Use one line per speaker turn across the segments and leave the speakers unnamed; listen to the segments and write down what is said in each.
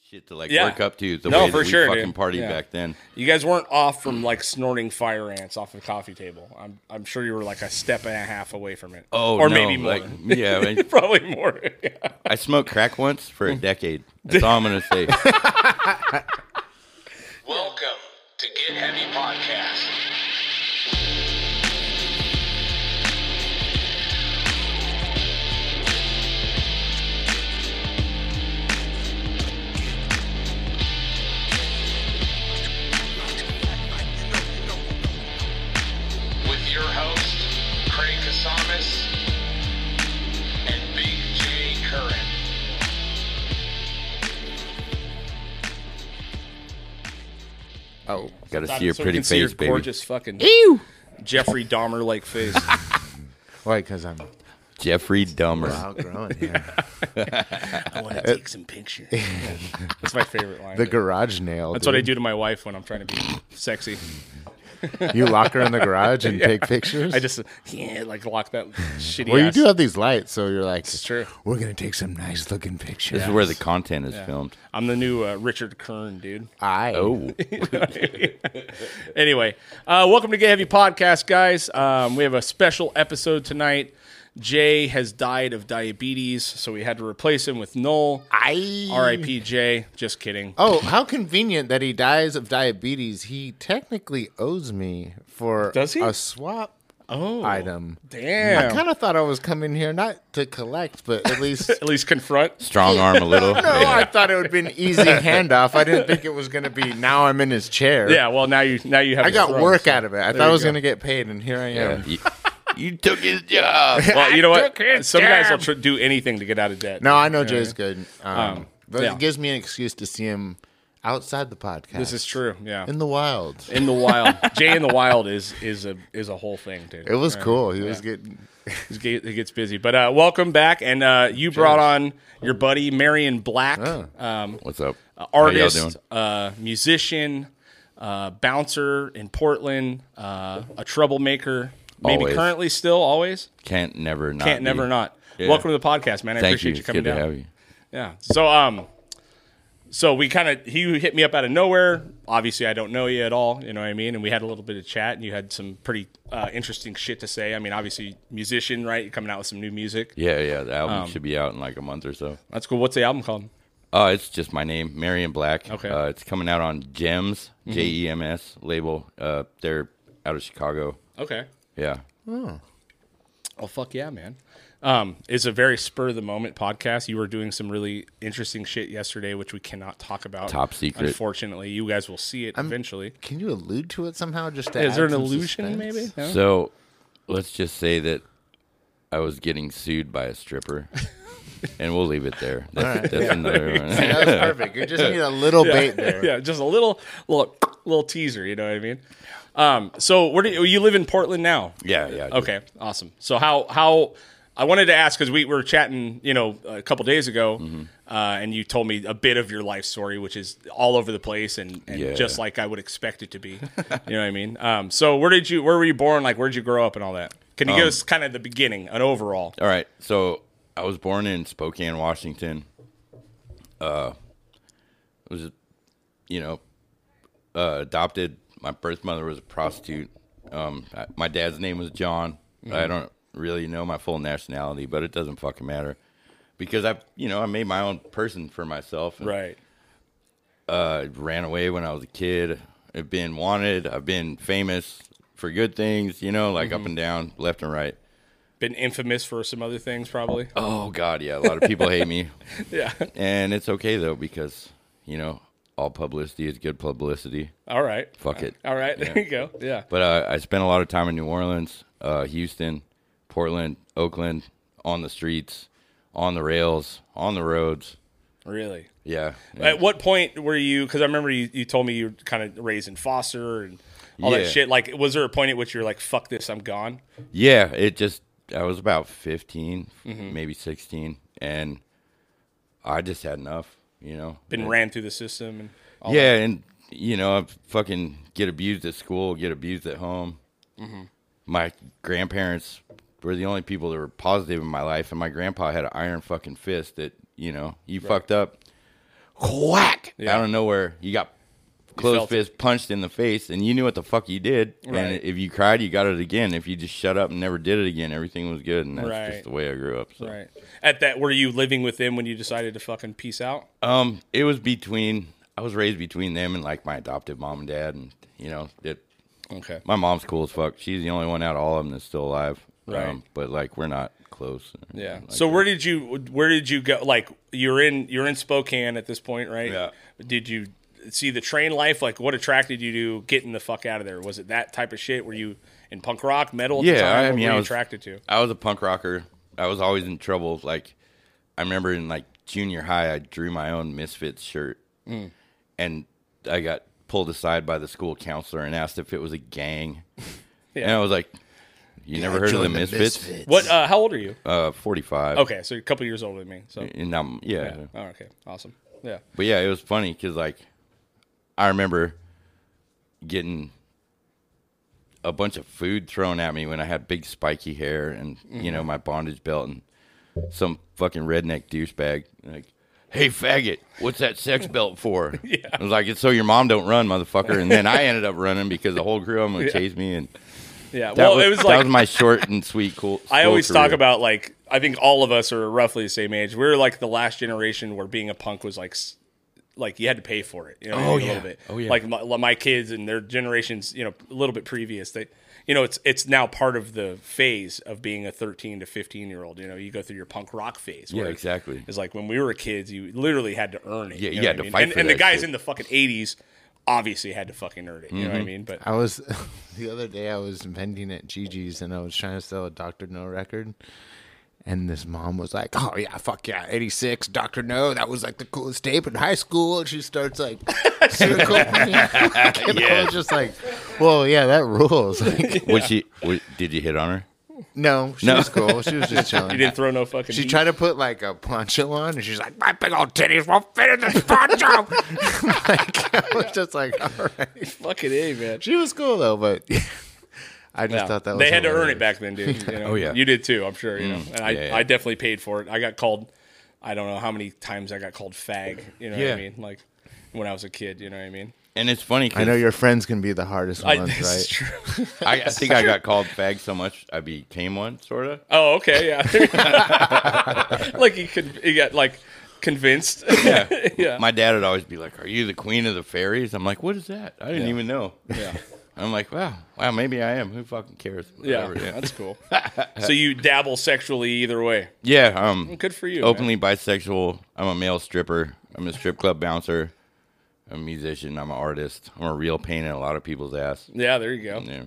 shit to like
Yeah.
work up to the
No,
way
for
that
sure,
we fucking
dude.
partied
Yeah.
back then.
You guys weren't off from like snorting fire ants off a coffee table. I'm I'm sure you were like a step and a half away from it.
Oh,
or
no,
maybe more.
like, yeah, I,
Probably more.
I smoked crack once for a decade. That's all I'm gonna say.
Welcome to Get Heavy Podcast. With your host, Craig Kasamis and Big J Curran.
Oh, gotta see your pretty
see your
face, baby.
Gorgeous fucking Jeffrey Dahmer like face.
Why? Because I'm
Jeffrey Dahmer.
outgrowing yeah.
I want to take some pictures. That's my favorite line.
the garage nail.
That's what I do to my wife when I'm trying to be sexy.
I do. You lock her in the garage and take pictures.
I just yeah, like lock that shitty.
Well,
ass-
you do have these lights, so you're like, it's
true.
We're gonna take some nice looking pictures.
This is where the content is filmed.
I'm the new uh, Richard Kern, dude.
I
Oh,
Anyway, uh, welcome to Get Heavy Podcast, guys. Um, we have a special episode tonight. Jay has died of diabetes, so we had to replace him with Noel.
I
R.I.P. Jay. Just kidding.
Oh, how convenient that he dies of diabetes. He technically owes me for
Does he?
a swap
Oh,
item. I
damn.
kind of thought I was coming here not to collect, but at least
At least confront.
strong arm a little.
no, I thought it would be an easy handoff. I didn't think it was going to be now I'm in his chair.
Yeah. Well, now you now you have.
I
to
got
throw him,
work
so-
out of it. I
There
thought I
you
was
go.
going to get paid, and here I am.
Yeah, you, you took his job. Oh,
Well, you know
I
what?
took his
Some guys will
job.
tr- do anything to get out of debt.
No, I know Jay's good, um, but
yeah.
it gives me an excuse to see him outside the podcast.
this is true. Yeah.
in the wild.
In the wild, Jay in the wild is is a is a whole thing, dude.
It was cool. He was getting.
He's get- He gets busy, but uh, welcome back, and uh, you brought on your buddy Marion Black, um,
What's up? How y'all
artist,
doing?
uh, musician, uh, bouncer in Portland, uh, a troublemaker, maybe
Always.
currently still always
Can't never not.
can't
be.
never not.
Yeah.
Welcome to the podcast, man. I
Thank
appreciate
you.
you,
It's
coming
good
down.
to have you.
Yeah. So um, so we kind of he hit me up out of nowhere. Obviously, I don't know you at all. You know what I mean? And we had a little bit of chat, and you had some pretty uh, interesting shit to say. I mean, obviously, musician, right? You're coming out with some new music.
Yeah, yeah. The album
Um,
should be out in like a month or so.
That's cool. What's the album called?
Uh, it's just my name, Marion Black.
Okay. Mm-hmm.
Uh, it's coming out on Gems, J E M S label. Uh, they're out of Chicago.
Okay.
Yeah.
Oh fuck yeah, man. Um, it's a very spur of the moment podcast. You were doing some really interesting shit yesterday, which we cannot talk about.
Top secret.
Unfortunately, you guys will see it eventually.
Can you allude to it somehow? Just to
Is
add
there an
some
illusion?
suspense?
Maybe. No?
So, let's just say that I was getting sued by a stripper, and we'll leave it there. That's, that's another one.
That was perfect. You just need a little bait there.
yeah, just a little little little teaser, you know what I mean? Um, so where do you, you live in Portland now?
yeah, yeah.
Okay, awesome. So how how I wanted to ask because we were chatting, you know, a couple days ago,
Mm-hmm.
uh, and you told me a bit of your life story, which is all over the place and, and
Yeah.
just like I would expect it to be. you know what I mean? Um, so where did you where were you born? Like where did you grow up and all that? Can you
Um,
give us kind of the beginning, an overall?
All right. So I was born in Spokane, Washington. Uh, it was, you know, uh, adopted. My birth mother was a prostitute. Um, I, my dad's name was John. I don't really know my full nationality, but it doesn't fucking matter because I, you know, I made my own person for myself. and,
Right.
Uh, ran away when I was a kid. I've been wanted. I've been famous for good things. You know, like up and down, left and right.
Been infamous for some other things, probably.
Oh God, yeah. A lot of people hate me.
Yeah.
And it's okay though because you know all publicity is good publicity.
All right.
Fuck it.
All right. There you go. Yeah.
But uh, I spent a lot of time in New Orleans, uh, Houston, Portland, Oakland, on the streets, on the rails, on the roads.
Really.
Yeah.
At what point were you? Because I remember you, you told me you were kind of raised in foster and all that
Yeah.
shit. Like, was there a point at which you were like, "Fuck this, I'm gone"?
Yeah. It just I was about 15 maybe sixteen, and I just had enough. You know.
Been ran through the system and all
yeah, and you know, I fucking get abused at school, get abused at home.
Mm-hmm.
My grandparents were the only people that were positive in my life, and my grandpa had an iron fucking fist that you know, you fucked up. whack
Yeah.
out of nowhere. You got
felt
closed
it.
fist punched in the face, and you knew what the fuck you did. And
Right.
if you cried, you got it again. If you just shut up and never did it again, everything was good. And that's
Right.
just the way I grew up. So.
Right. At that, were you living with them when you decided to fucking peace out?
Um, it was between I was raised between them and like my adoptive mom and dad, and you know it.
Okay.
My mom's cool as fuck. She's the only one out of all of them that's still alive. Um,
Right.
but like we're not close.
Yeah.
Like,
So where did you where did you go? Like you're in you're in Spokane at this point, right?
Yeah.
Did you see the train life? Like what attracted you to getting the fuck out of there? Was it that type of shit? Were you in punk rock, metal? At the
Yeah,
time?
I
What
mean,
were
I
you
was-
attracted to.
I was a punk rocker. I was always in trouble. Like I remember in like junior high, I drew my own Misfits shirt,
Mm.
and I got pulled aside by the school counselor and asked if it was a gang. And I was like, "You never heard of the
Join
Misfits?"
What? Uh, how old are you?
Uh, forty-five.
Okay, so you're a couple years older than me. So
And um, yeah.
yeah. Oh, okay, awesome. Yeah.
But yeah, it was funny because like I remember getting a bunch of food thrown at me when I had big spiky hair and you
Mm-hmm.
know my bondage belt and some fucking redneck douchebag like, "Hey faggot, what's that sex belt for?" yeah. I was like, "It's so your mom don't run, motherfucker." And then I ended up running because the whole crew of them would chase me and
Yeah.
that
Well,
was,
it was
that
like
was my short and sweet cool.
I
school
always talk
career.
about like I think all of us are roughly the same age. We are like the last generation where being a punk was like s- like you had to pay for it. You know what I
Oh,
mean, a
yeah.
little bit.
Oh, yeah.
Like my, my kids and their generations, you know, a little bit previous. They, you know, it's it's now part of the phase of being a thirteen to fifteen year old. You know, you go through your punk rock phase.
Yeah,
where
exactly.
It's like when we were kids, you literally had to earn it.
Yeah,
you
you
know
had
what I
to
mean?
fight
And,
for
and the
that
guys
shit.
in the fucking eighties obviously had to fucking earn it. You
Mm-hmm.
know what I mean? But
I was the other day I was vending at Gigi's and I was trying to sell a Dr. No record. And this mom was like, "Oh yeah, fuck yeah, '86, Doctor No, that was like the coolest tape in high school." And she starts like, circle. and I was just like, "Well, yeah, that rules." Like,
Was she? Was, did you hit on her?
no, she was cool. She was just chilling.
you didn't throw no fucking.
She
heat.
tried to put like a poncho on, and she's like, "My big old titties won't fit in this poncho." like, I was just like, "All right."
fucking a man.
She was cool though, but I just
Yeah.
thought that was
they had to earn
hilarious. Mm.
it back then, dude. You know?
Oh, yeah.
you did too. I'm sure. You know, and I,
Yeah, yeah.
I definitely paid for it. I got called. I don't know how many times I got called fag. You know what
Yeah.
I mean? Like when I was a kid. You know what I mean?
And it's funny. 'cause
I know your friends can be the hardest
I,
ones,
this is
right?
true.
I, I think I got called fag so much I became one, sort of.
Oh, okay, yeah. like he could, he got like convinced.
Yeah.
yeah.
My dad would always be like, "Are you the queen of the fairies?" I'm like, "What is that? I didn't
Yeah.
even know."
yeah.
I'm like, "Wow, wow, maybe I am. Who fucking cares?"
Yeah,
Whatever, yeah.
that's cool. so you dabble sexually either way.
Yeah, um,
Good for you. man.
openly bisexual. I'm a male stripper. I'm a strip club bouncer. I'm a musician. I'm an artist. I'm a real pain in a lot of people's ass.
Yeah, there you go.
Yeah.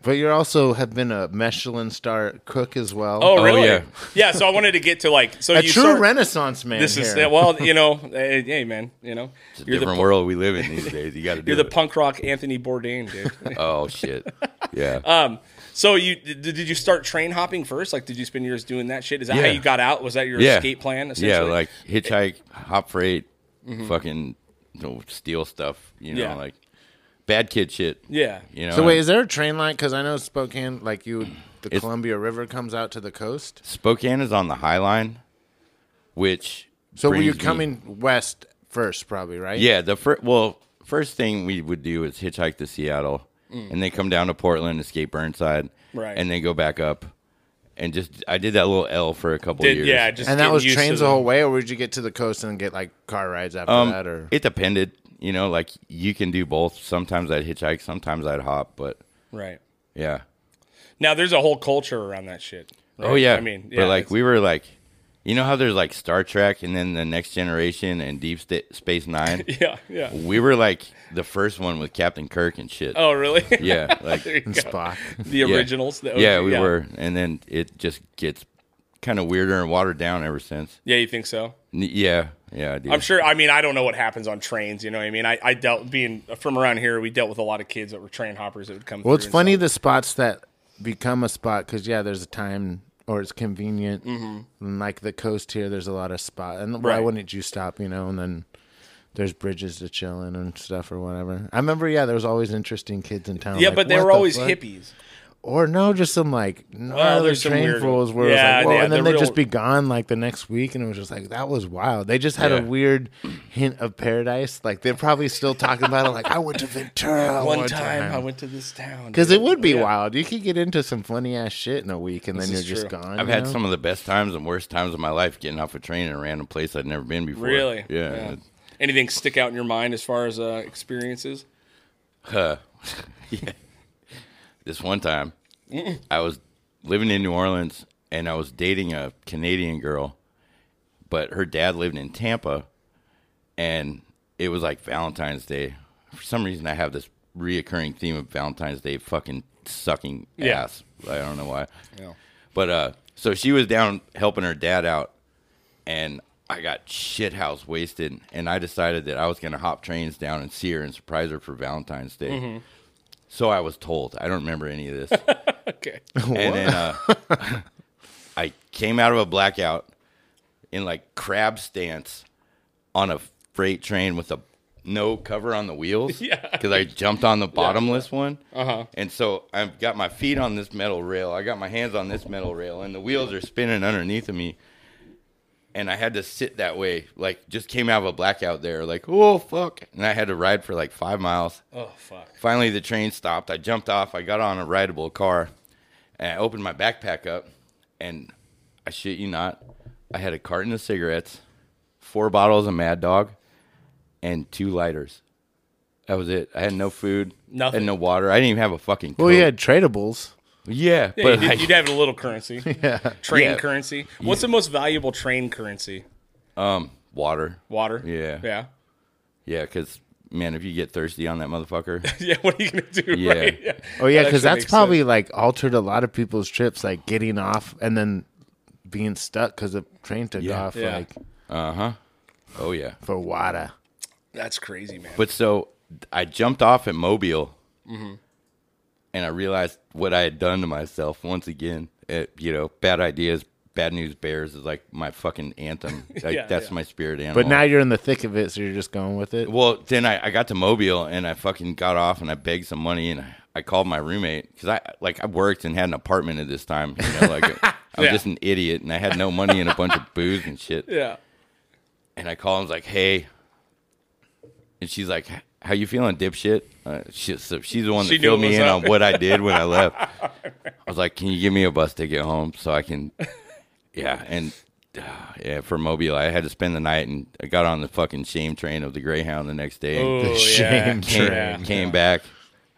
But you also have been a Michelin star cook as well.
Oh, really?
yeah.
yeah. So I wanted to get to like so
a
you
true
start-
Renaissance man.
This is
here.
well, you know, hey, hey, man, you know,
It's a
you're the
different
pu-
world we live in these days. You got to do
you're the
it.
punk rock Anthony Bourdain, dude.
Oh shit. Yeah.
so you did, did you start train hopping first? Like, did you spend years doing that shit? Is that how
Yeah.
you got out? Was that your escape plan?
Yeah,
Essentially?
like hitchhike, hop freight,
Mm-hmm.
fucking you know, steal stuff. You know,
Yeah.
like bad kid shit.
yeah,
You know,
So wait,
and
is there a train line? Because I know Spokane, like you, the
It's-
Columbia River comes out to the coast.
Spokane is on the High Line, which
So were you
brings me-
coming west first, probably, right?
Yeah, the first well, first thing we would do is hitchhike to Seattle,
Mm.
and then come down to Portland, escape Burnside,
Right.
and then go back up, and just I did that little L for a couple
did,
years.
yeah, just
And that
getting
was
used to
trains the
the-
whole way, or would you get to the coast and get like car rides after
Um,
that? Or
it depended. You know, like you can do both. Sometimes I'd hitchhike, sometimes I'd hop, but
right
yeah.
now. There's a whole culture around that shit. right?
Oh yeah,
I mean, yeah,
but like
it's-
we were like, you know how there's like Star Trek and then the Next Generation and Deep Sta- Space Nine.
yeah, yeah.
we were like the first one with Captain Kirk and shit.
Oh really?
yeah, like
There you go.
Spock?
the
yeah.
originals. the OG,
yeah, we were, and then it just gets kind of weirder and watered down ever since.
Yeah, you think so?
N- yeah, yeah, I do.
I'm sure. I mean, I don't know what happens on trains. You know what I mean? I, I dealt being from around here. We dealt with a lot of kids that were train hoppers that would come.
Well, it's
through and
funny
stuff.
the spots that become a spot because yeah, there's a time or it's convenient. And like the coast here, there's a lot of spot, and why
Mm-hmm. Right.
wouldn't you stop? You know, and then there's bridges to chill in and stuff or whatever. I remember, yeah, there was always interesting kids in town.
yeah,
like,
but they
what
were
the
always
fuck?
hippies.
Or no, just some like
Well,
gnarly
there's some
train
weird-
fools where
Yeah,
it was like, whoa,
yeah,
and then
the
they'd
real-
just be gone like the next week, and it was just like that was wild. They just had
Yeah.
a weird hint of paradise. Like they're probably still talking about it. Like I went to Ventura
One,
one,
time, I went to this town
because
dude.
it would be
Yeah.
wild. You could get into some funny ass shit in a week, and then you're
is
just
true.
gone.
I've
you
had
know?
some of the best times and worst times of my life getting off a train in a random place I'd never been before.
Really?
Yeah.
Anything stick out in your mind as far as uh, experiences?
Huh. Yeah. This one time, I was living in New Orleans and I was dating a Canadian girl, but her dad lived in Tampa, and it was like Valentine's Day. For some reason, I have this reoccurring theme of Valentine's Day fucking sucking
Yeah.
ass. I don't know why. But uh, so she was down helping her dad out, and I got shithouse wasted, and I decided that I was gonna hop trains down and see her and surprise her for Valentine's Day. So I was told. I don't remember any of this.
Okay.
and then uh, I came out of a blackout in like crab stance on a freight train with a no cover on the wheels.
Yeah.
Because I jumped on the bottomless one. Uh
Uh-huh.
huh. And so I've got my feet on this metal rail. I got my hands on this metal rail, and the wheels are spinning underneath of me. And I had to sit that way, like just came out of a blackout there, like oh fuck, and I had to ride for like five miles.
Oh fuck.
Finally, the train stopped. I jumped off. I got on a rideable car, and I opened my backpack up, and I shit you not, I had a carton of cigarettes, four bottles of Mad Dog, and two lighters. That was it. I had no food,
Nothing.
had no water. I didn't even have a fucking.
Well,
Coke.
you had tradables.
yeah,
Yeah,
but
you'd,
I,
you'd have a little currency. yeah. Train
Yeah.
currency. What's the most valuable train currency?
um, water.
Water.
Yeah.
Yeah.
Yeah, because man, if you get thirsty on that motherfucker,
Yeah. What are you gonna do?
Yeah.
Right?
Oh yeah,
That
because
actually
that's
makes
probably
sense.
like altered a lot of people's trips, like getting off and then being stuck because the train took
Yeah.
off
Yeah.
like
oh yeah.
for WADA.
That's crazy, man.
But so I jumped off at Mobile,
Mm-hmm.
and I realized what I had done to myself once again. It, you know, bad ideas, bad news bears is like my fucking anthem. Like
Yeah,
that's
yeah.
my spirit animal.
But now you're in the thick of it, so you're just going with it.
well, then I, I got to Mobile and I fucking got off and I begged some money and I, I called my roommate because I like I worked and had an apartment at this time. You know, like I was
Yeah.
just an idiot and I had no money and a bunch of booze and shit.
yeah.
and I call him I was like, "Hey," and she's like, "How you feeling, dipshit?" Uh, she, so she's the one that
She knew
filled
what
me
was
in
up.
on what I did when I left. I was like, "Can you give me a bus ticket home so I can?" Yeah, and uh, yeah, for Mobile, I had to spend the night, and I got on the fucking shame train of the Greyhound the next day. and
Oh,
shame
yeah.
Came,
Yeah.
came back.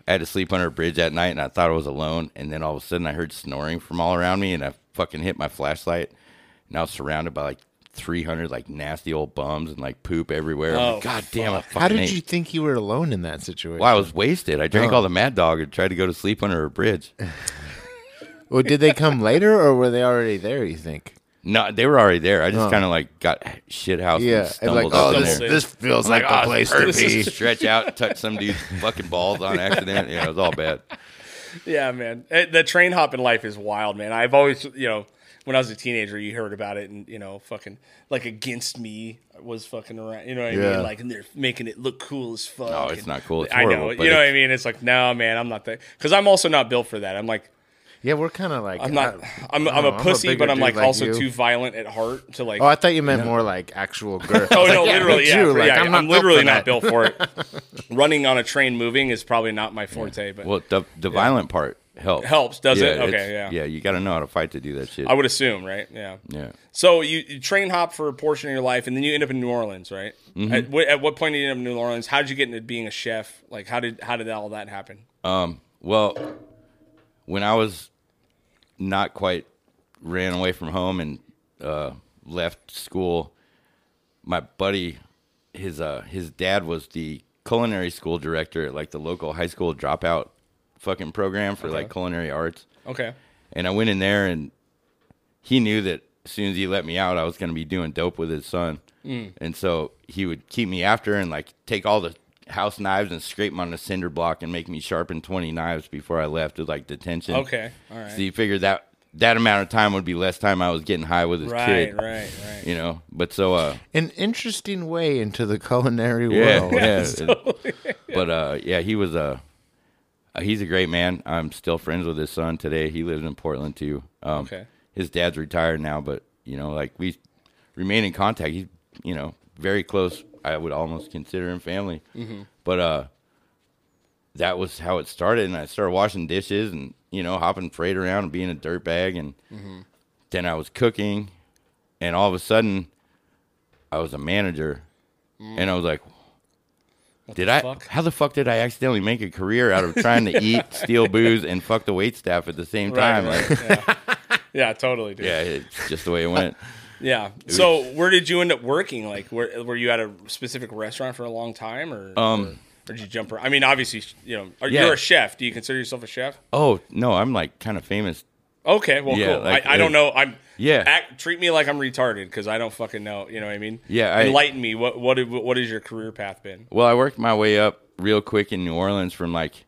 I had to sleep under a bridge that night, and I thought I was alone. And then all of a sudden, I heard snoring from all around me, and I fucking hit my flashlight. And I was surrounded by like 300 like nasty old bums and like poop everywhere. I'm like,
Oh,
God damn! I fucking
How did
hate-"
you think you were alone in that situation?
Well, I was wasted. I drank
Oh.
all the Mad Dog and tried to go to sleep under a bridge.
Well, did they come later, or were they already there? You think?
No, they were already there. I just kind of like got shit house.
Oh. Yeah,
and
and
stumbled
like,
up
oh,
in
this,
there.
this feels
I'm
like the
"Oh,
place to
this
be.
is- Stretch out, touch some dude's fucking balls on accident. Yeah, it was all bad.
Yeah, man. Eh, The train hop in life is wild, man. I've always, you know, when I was a teenager, you heard about it, and you know, fucking like against me was fucking around. You know what I
Yeah.
mean? Like, and they're making it look cool as fuck.
No, it's
and-
not cool. It's
I know.
horrible,
You
but
know what I
it's-
mean? It's like, no, man, I'm not that. Because I'm also not built for that. I'm like,
Yeah, we're kind of like uh,
I'm not.
I-
I'm,
I
I'm
don't know,
a pussy,
bigger
but I'm
dude
like, also
you.
too violent at heart to like.
Oh, I thought you meant more like actual girth.
Oh
I was
no,
like, yeah,
literally,
but
yeah,
you,
for-
like,
yeah, I'm,
not built
literally
for
not
that.
built for it. Running on a train moving is probably not my forte, but
Well, the the violent part helps.
Helps, does it? Okay,
it's-
yeah.
Yeah, you got to know how to fight to do that shit.
I would assume, right? Yeah.
yeah.
So you, you train hop for a portion of your life, and then you end up in New Orleans, right?
Mm-hmm.
At, what, at what point did you end up in New Orleans? How did you get into being a chef? Like, how did how did all that happen?
Well, when I was not quite ran away from home and uh, left school, my buddy, his uh, his dad was the culinary school director at like the local high school dropout fucking program for like culinary arts.
Okay.
And I went in there, and he knew that as soon as he let me out, I was going to be doing dope with his son.
Mm.
And so he would keep me after and like take all the house knives and scrape them on a cinder block and make me sharpen 20 knives before I left with like detention.
Okay. All right.
So he figured that that amount of time would be less time I was getting high with his
Right.
kid.
Right. Right.
You know, but so, uh,
An interesting way into the culinary
yeah,
world.
yeah. but uh, yeah, he was uh, Uh, he's a great man. I'm still friends with his son today. He lives in Portland too. Um,
Okay.
His dad's retired now, but you know, like we remain in contact. He's you know very close. I would almost consider him family. But uh, that was how it started, and I started washing dishes and you know hopping freight around and being a dirt bag, and then I was cooking, and all of a sudden, I was a manager, and I was like, did I?
fuck?
How the fuck did I accidentally make a career out of trying to eat, steal booze, and fuck the wait staff at the same time? Like,
Yeah, totally, dude.
yeah, it's just the way it went.
Yeah. So where did you end up working? Like, were were you at a specific restaurant for a long time, or
Um,
or did you jump? Around? I mean, obviously, you know, are,
Yeah.
you're a chef. Do you consider yourself a chef?
Oh no, I'm like kind of famous.
Okay, well,
Yeah,
cool.
like,
I, I
it-
don't know. I'm
Yeah.
Act, treat me like I'm retarded because I don't fucking know. You know what I mean?
Yeah, I-
Enlighten me. What what did- what has your career path been?
Well, I worked my way up real quick in New Orleans from like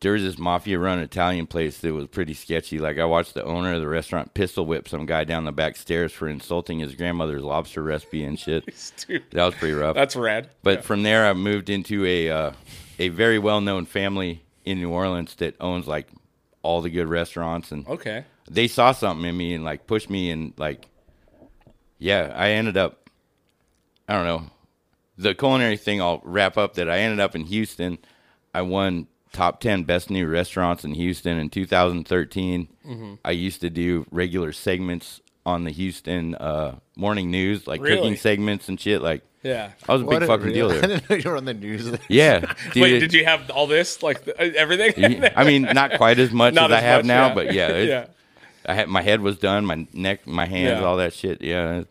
there was this mafia run Italian place that was pretty sketchy. Like I watched the owner of the restaurant pistol whip some guy down the back stairs for insulting his grandmother's lobster recipe and shit.
Dude,
That was pretty rough.
that's rad.
But from there, I moved into a uh, a very well known family in New Orleans that owns like all the good restaurants, and
Okay.
they saw something in me and like pushed me and like, yeah, I ended up, I don't know, the culinary thing. I'll wrap up that I ended up in Houston. I won top ten best new restaurants in Houston in 2013.
Mm-hmm.
I used to do regular segments on the Houston uh, morning news, like
Really?
cooking segments and shit, like.
Yeah.
I was a big
What a
fucking
real-
deal
I
there.
didn't know you were on the news. There.
Yeah. Dude,
Wait, did you have all this like th- everything?
I mean, not quite as much
Not
as,
as
I have
much,
now,
yeah.
but yeah, it,
yeah.
I had my head was done, my neck, my hands,
Yeah.
all that shit. Yeah,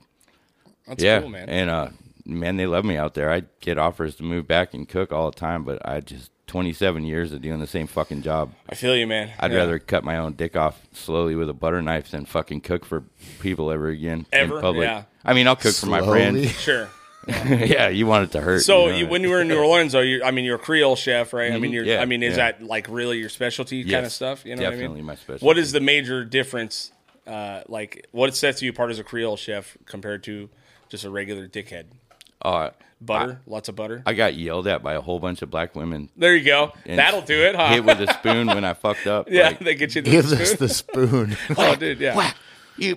That's
yeah,
cool, man.
and uh, man, they love me out there. I get offers to move back and cook all the time, but I just 27 years of doing the same fucking job.
I feel you, man.
I'd
Yeah.
rather cut my own dick off slowly with a butter knife than fucking cook for people ever again
Ever?
in public.
Yeah.
I mean, I'll cook for my
Slowly.
friends.
sure.
yeah, you want it to hurt.
So
you know?
you, when you were in New Orleans, though, you I mean, you're a Creole chef, right? I mean, you're,
Mm-hmm. Yeah,
I mean, is
yeah.
that like really your specialty kind of
Yes,
stuff? You know what I
definitely
mean?
my specialty.
What is the major difference? Uh, like, what sets you apart as a Creole chef compared to just a regular dickhead?
Uh,
Butter, lots of butter.
I got yelled at by a whole bunch of black women.
there you go.
and
That'll do it, huh?
Hit with a spoon when I fucked up.
Ah. yeah,
like-
they get you the
Gives us
spoon.
the spoon.
Oh, dude, yeah.
You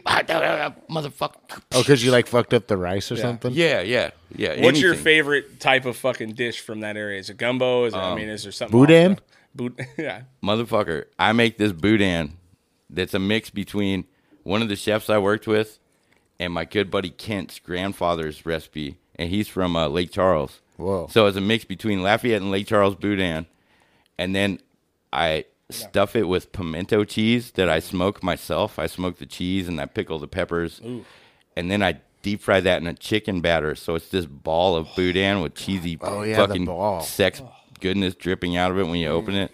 motherfucker.
Oh, because you like fucked up the rice or
Yeah.
something.
Yeah, yeah, yeah.
What's your
anything.
favorite type of fucking dish from that area? Is it gumbo? Is it,
Um,
I mean, is there something?
boudin?
off the- Boud- yeah.
motherfucker? I make this boudin that's a mix between one of the chefs I worked with and my good buddy Kent's grandfather's recipe, and he's from uh, Lake Charles.
Whoa.
So it's a mix between Lafayette and Lake Charles boudin, and then I stuff it with pimento cheese that I smoke myself. I smoke the cheese and I pickle the peppers, and then I. Deep fry that in a chicken batter, so it's this ball of boudin with cheesy
Oh, yeah, the
fucking
ball. Mm.
sex goodness dripping out of it when you open it.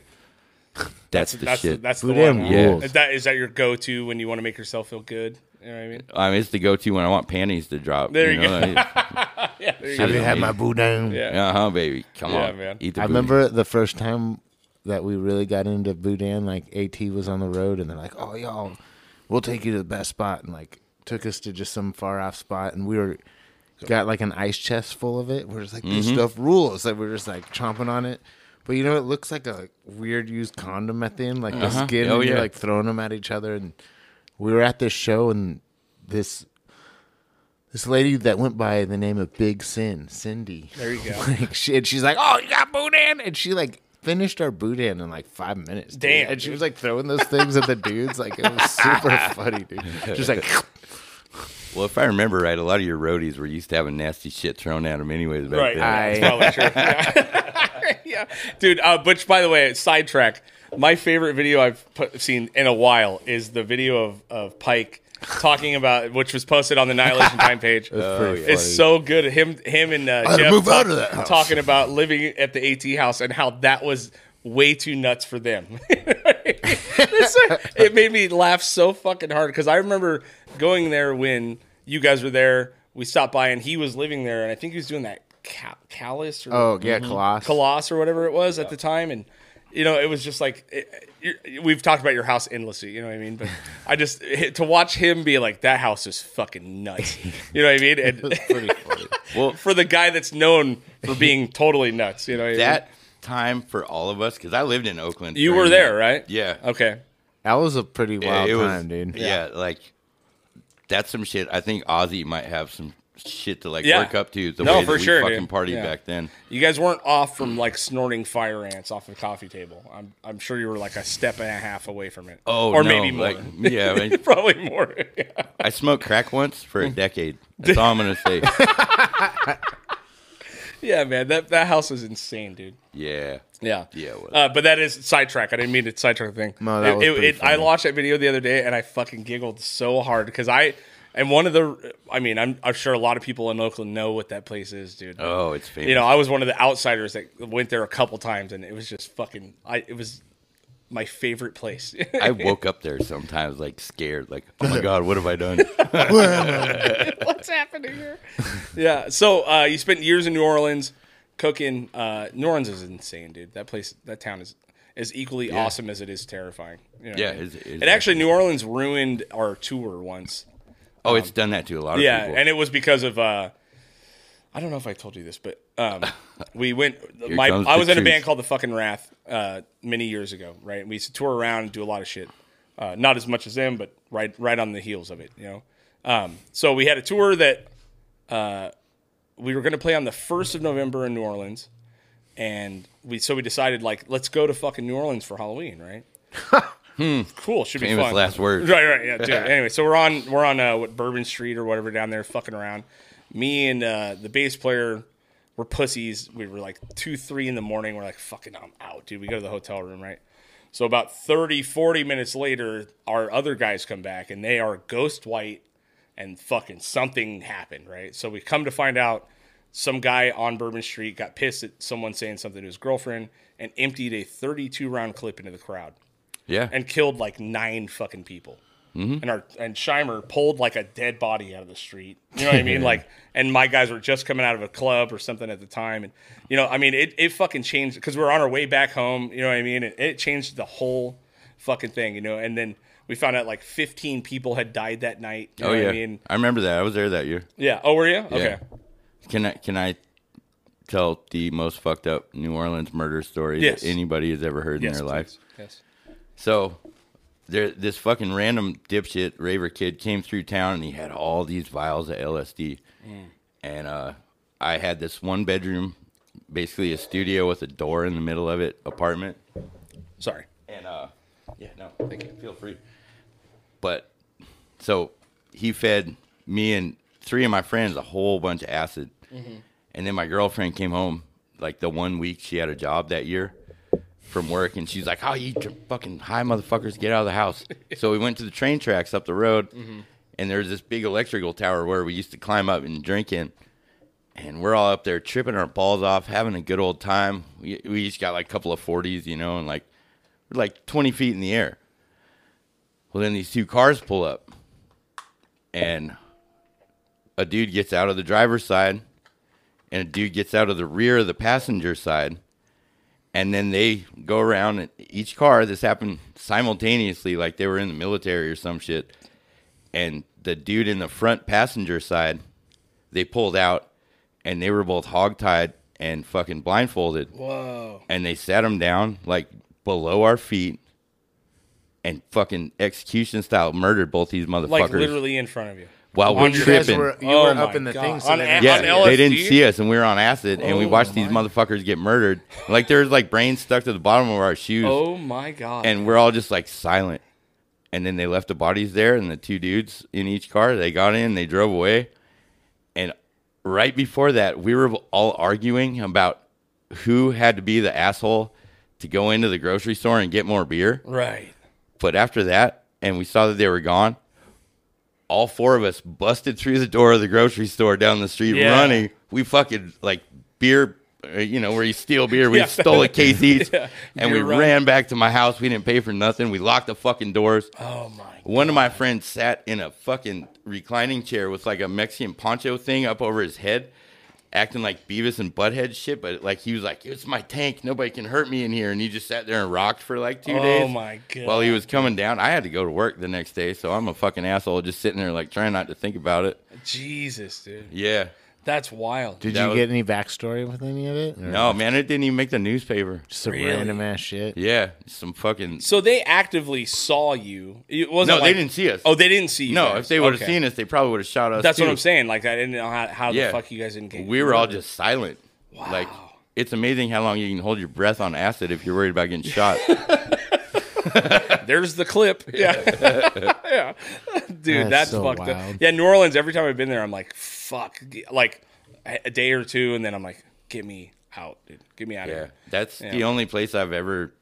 That's, the
That's the,
shit.
that's the
Boudin
one.
Yeah.
rules.
Is that is that your go to when you want to make yourself feel good? You know what I mean?
I mean, it's the go-to when I want panties to drop.
There you
know?
I didn't have my boudin.
Yeah.
Uh huh, baby. Come
Yeah,
on,
man.
Eat the
I
booty.
remember the first time that we really got into boudin. Like At was on the road, and they're like, "Oh, y'all, we'll take you to the best spot," and like took us to just some far off spot, and we were got like an ice chest full of it. We're just like,
Mm-hmm.
"This stuff rules!" Like we're just like chomping on it. But you know, it looks like a weird used condom at the end, like the skin.
Oh,
and you're
yeah.
like throwing them at each other, and we were at this show, and this this lady that went by the name of Big Sin, Cindy.
There you go.
Like, she, and she's like, "Oh, you got boudin," and she like finished our boudin in like five minutes. dude.
Damn,
And she
dude.
was like throwing those things at the dudes. Like it was super funny, dude. She's like,
Well, if I remember right, a lot of your roadies were used to having nasty shit thrown at them, anyways. Back
Right.
Then.
I-
That's probably true. Yeah. Yeah. Dude, uh, Butch, by the way, sidetrack. My favorite video I've put, seen in a while is the video of, of Pike talking about, which was posted on the Annihilation Time page.
pretty
It's
funny.
so good. Him him and uh,
had to
Jeff
move out
talk-
of that house.
talking about living at the AT house and how that was way too nuts for them. It's- it made me laugh so fucking hard because I remember going there when you guys were there. We stopped by and he was living there, and I think he was doing that cal- callus or
"Oh yeah, Colossus."
Mm-hmm. Coloss or whatever it was at the time, and you know it was just like it, you're, we've talked about your house endlessly. You know what I mean? But I just to watch him be like that house is fucking nuts. You know what I mean? And
pretty funny.
Well,
for the guy that's known for being totally nuts, you know what I mean?
that time for all of us because I lived in Oakland.
You
during
were
that.
there, right?
Yeah.
Okay.
That was a pretty wild
it was,
time, dude.
Yeah. like that's some shit. I think Ozzy might have some shit to like
Yeah.
work up to. The
No,
way
for
that we
sure,
fucking
dude.
partied
Yeah.
back then.
You guys weren't off from like snorting fire ants off the coffee table. I'm I'm sure you were like a step and a half away from it.
Oh,
or
no,
maybe more.
like, yeah, right.
probably more. Yeah.
I smoked crack once for
Hmm.
a decade. That's all I'm gonna say.
Yeah, man, that that house was insane, dude.
Yeah,
Yeah,
Yeah, it was.
Uh, but that is sidetrack. I didn't mean to sidetrack the thing.
No, that
It-
was
it-
pretty
it- I
funny.
watched that video the other day and I fucking giggled so hard because I and one of the. I mean, I'm I'm sure a lot of people in Oakland know what that place is, dude.
Oh, it's famous.
You know, I was one of the outsiders that went there a couple times, and it was just fucking. I it was my favorite place.
I woke up there sometimes like scared, like oh my god, what have I done?
What's happening here? yeah. So uh, you spent years in New Orleans cooking. Uh, New Orleans is insane, dude. That place, that town is is equally awesome as it is terrifying. You know what I
Yeah,
mean?
it's- it's
and actually, New Orleans ruined our tour once.
Oh, it's done that to a lot of
Yeah,
people.
and it was because of uh, I don't know if I told you this, but um, we went. my
comes
I
the
was in a
truth.
band called the Fucking Wrath uh, many years ago, right? And we used to tour around and do a lot of shit. Uh, not as much as them, but right right on the heels of it, you know. Um, so we had a tour that uh, we were going to play on the first of November in New Orleans, and we so we decided like let's go to fucking New Orleans for Halloween, right? Cool, should be
Hmm. Famous
fun.
last words.
Right, right, yeah, dude. anyway, so we're on we're on uh, what Bourbon Street or whatever down there, fucking around. Me and uh, the bass player were pussies. We were like two, three in the morning. We're like, fucking, I'm out, dude. We go to the hotel room, right? So about 30, 40 minutes later, our other guys come back and they are ghost white and fucking something happened, right? So we come to find out some guy on Bourbon Street got pissed at someone saying something to his girlfriend and emptied a 32 round clip into the crowd
yeah,
and killed like nine fucking people.
Mm-hmm.
And our and Shimer pulled like a dead body out of the street. You know what I mean? Like, and my guys were just coming out of a club or something at the time, and you know, I mean, it it fucking changed because we were on our way back home. You know what I mean? And it changed the whole fucking thing. You know, and then we found out like 15 people had died that night. You
oh
know
yeah.
what I mean?
I remember that. I was there that year.
Yeah. Oh, were you? Okay.
Can I can I tell the most fucked up New Orleans murder story
Yes.
that anybody has ever heard in their life?
please. Yes.
So there this fucking random dipshit raver kid came through town and he had all these vials of LSD. And uh I had this one bedroom, basically a studio with a door in the middle of it, apartment.
Sorry.
And uh, yeah, no, thank you. Feel free. But so he fed me and three of my friends a whole bunch of acid, and then my girlfriend came home like the one week she had a job that year from work, and she's like, "Oh, you dr- fucking high motherfuckers, get out of the house!" so we went to the train tracks up the road, and there's this big electrical tower where we used to climb up and drink in and we're all up there tripping our balls off, having a good old time. We, we each got like a couple of 40s, you know, and like we're like 20 feet in the air. Well, then these two cars pull up, and a dude gets out of the driver's side, and a dude gets out of the rear of the passenger side. And then they go around and each car. This happened simultaneously, like they were in the military or some shit. And the dude in the front passenger side, they pulled out, and they were both hogtied and fucking blindfolded.
Whoa.
And they sat him down like below our feet, and fucking execution style murdered both these motherfuckers
Like literally in front of you.
while we're
on your
You guys
tripping.
were, you
Oh
were up
my
in the
God.
thing.
On
So they
a-
didn't
Yeah,
on
see
LSD?
it.
they didn't see us, and we were on acid, and we
Oh,
watched these motherfuckers get murdered. Like there's like brains stuck to the bottom of our shoes,
Oh my god.
and we're all just like silent. And then they left the bodies there, and the two dudes in each car. They got in, they drove away, and right before that, we were all arguing about who had to be the asshole to go into the grocery store and get more beer.
right.
But after that, and we saw that they were gone, all four of us busted through the door of the grocery store down the street
Yeah.
running. We fucking like beer, uh, you know, where you steal beer. We stole a case each, and we
Beer run.
ran back to my house. We didn't pay for nothing. We locked the fucking doors.
Oh my.
One of my friends sat in a fucking reclining chair with like a Mexican poncho thing up over his head, acting like Beavis and Butthead shit. But like he was like, "It's my tank. Nobody can hurt me in here." And he just sat there and rocked for like two
Oh
days.
my God.
While he was coming down, I had to go to work the next day, so I'm a fucking asshole just sitting there like trying not to think about it.
Jesus, dude.
Yeah,
That's wild.
Did
That
you
was-
get any backstory with any of it? Or
No, man, it didn't even make the newspaper.
Just some
Really?
random ass shit.
Yeah, some fucking.
So they actively saw you. It wasn't
No,
like-
they didn't see us.
Oh, they didn't see you.
no,
guys.
if they would have
Okay.
seen us, they probably would have shot us.
That's
too.
what I'm saying. Like I didn't know how, how the
Yeah.
fuck you guys didn't get.
We were all just silent. Like it's amazing how long you can hold your breath on acid if you're worried about getting shot.
There's the clip. Yeah, yeah, dude,
That's
that's,
so
fucked up.
wild.
Yeah, New Orleans. Every time I've been there, I'm like, fuck, Get- like a a day or two, and then I'm like, get me out, dude. Get me out of
yeah,
here.
that's the only place I've ever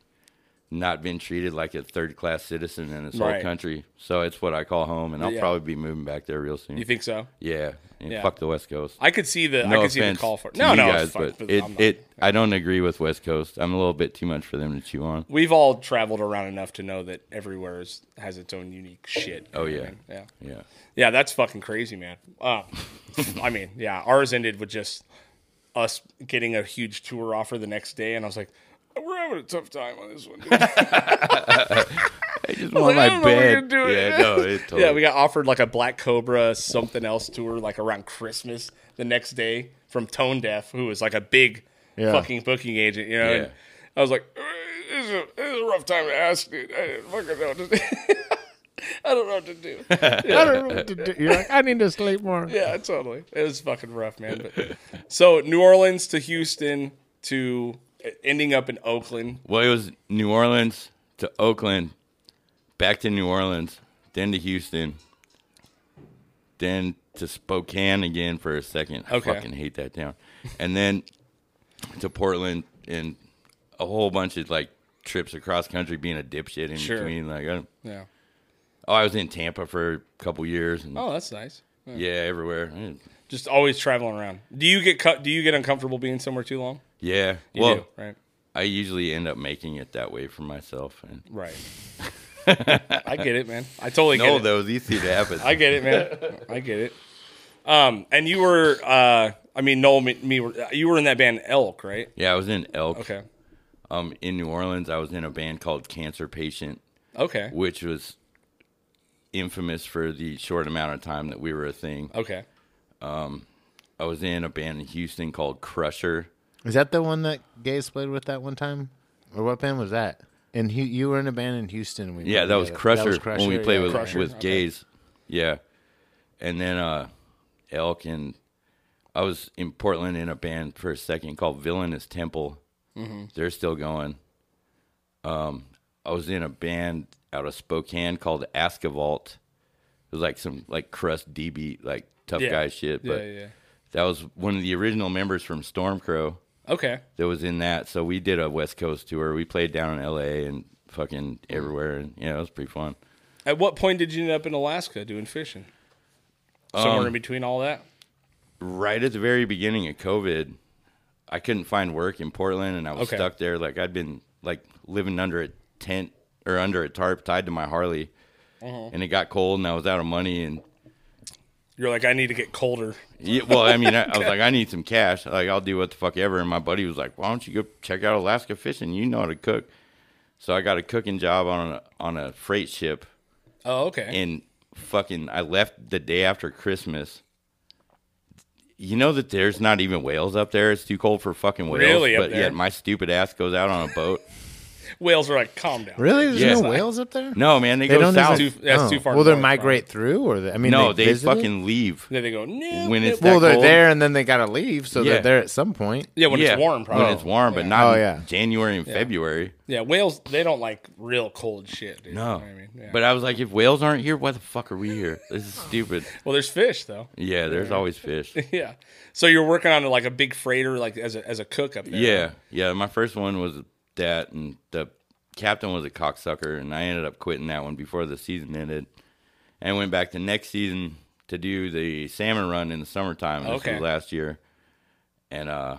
not been treated like a third class citizen in this
Right.
whole country. So it's what I call home, and I'll
Yeah.
probably be moving back there real soon.
You think so?
yeah, and
Yeah.
fuck the West Coast.
I could see the. I
no
could see the
offense
call for.
Oh, to
No,
you
no,
guys,
it's fine,
but
but
it
I'm not-
it I don't agree with West Coast. I'm a little bit too much for them to chew on.
We've all traveled around enough to know that everywhere is, has its own unique shit.
Oh yeah,
Yeah.
yeah.
Yeah, that's fucking crazy, man. Uh, I mean, yeah, ours ended with just us getting a huge tour offer the next day, and I was like, "We're having a tough time on this one." dude."
I just
like,
want my
I don't know what
bed.
you're doing.
Yeah, no, it totally.
yeah, we got offered like a Black Cobra something else tour like around Christmas the next day from Tone Deaf, who was like a big
Yeah.
fucking booking agent, you
Yeah.
know. And I was like, "This is, a, this is a rough time to ask, dude. I fucking know what to do. I don't know what to do."
I don't know what to do. You're like, I need to sleep more.
Yeah, totally. It was fucking rough, man. But so New Orleans to Houston to uh, ending up in Oakland.
Well, it was New Orleans to Oakland, back to New Orleans, then to Houston, then to Spokane again for a second. I
Okay.
fucking hate that town. And then to Portland and a whole bunch of like trips across country being a dipshit in
Sure.
between. Like, I don't-
Yeah.
oh, I was in Tampa for a couple years. And,
Oh, that's nice.
Yeah, everywhere. I didn't-
Just always traveling around. Do you get cut? Do you get uncomfortable being somewhere too long?
Yeah.
You
well,
do, right,
I usually end up making it that way for myself. And
right. I get it, man. I totally get
no,
it.
that was easy to happen.
I get it, man. I get it. Um, and you were, uh, I mean, Noel, me, me, were- you were in that band Elk, right?
yeah, I was in Elk.
Okay.
um, in New Orleans, I was in a band called Cancer Patient,
Okay.
which was infamous for the short amount of time that we were a thing.
Okay.
I was in a band in Houston called Crusher.
Is that the one that Gaze played with that one time? Or what band was that? And he, you were in a band in Houston. and We
Yeah,
played
that was
together.
Crusher, when we
Crusher,
played
yeah.
with
Crusher,
with
okay.
Gaze. Yeah, and then uh, Elk and I was in Portland in a band for a second called Villainous Temple. They're still going. Um, I was in a band out of Spokane called Askavolt. It was like some like crust D beat like tough
Yeah.
guy shit.
Yeah,
But
yeah.
that was one of the original members from Stormcrow
Okay.
that was in that. So we did a West Coast tour. We played down in L.A. and fucking everywhere, and yeah, it was pretty fun.
At what point did you end up in Alaska doing fishing? Somewhere
Um,
in between all that.
right at the very beginning of COVID, I couldn't find work in Portland and I was
Okay.
stuck there. Like I'd been like living under a tent or under a tarp tied to my Harley. And it got cold and I was out of money and
You're like, I need to get colder.
yeah, well, I mean, I, I was like, I need some cash. Like, I'll do what the fuck ever. And my buddy was like, Why don't you go check out Alaska fishing? You know how to cook. So I got a cooking job on a on a freight ship,
Oh, okay.
and fucking, I left the day after Christmas. You know that there's not even whales up there. It's too cold for fucking whales.
Really up
but
there?
yet my stupid ass goes out on a boat.
Whales are like, calm down.
Really? There's
Yeah.
no whales up there?
No, man, they,
They
go
don't
south.
Too- that's too far
Will they
north,
migrate through, or they, I mean,
no,
they,
they
visited?
fucking leave.
Then they go, no.
When it's
Well,
that
they're
cold.
there, and then they gotta leave, so
Yeah.
they're there at some point.
yeah, when
Yeah,
it's warm, probably.
When it's warm, but not
Oh,
in
yeah.
January and February.
yeah, whales, they don't like real cold shit. Dude. You know
No.
what I mean, yeah.
But I was like, if whales aren't here, why the fuck are we here? This is stupid.
well, there's fish though.
Yeah, there's always fish.
Yeah. So you're working on like a big freighter, like as a as a cook up there.
Yeah. Yeah. My first one was that, and the captain was a cocksucker, and I ended up quitting that one before the season ended and went back to next season to do the salmon run in the summertime. This
Okay.
was last year. And, uh,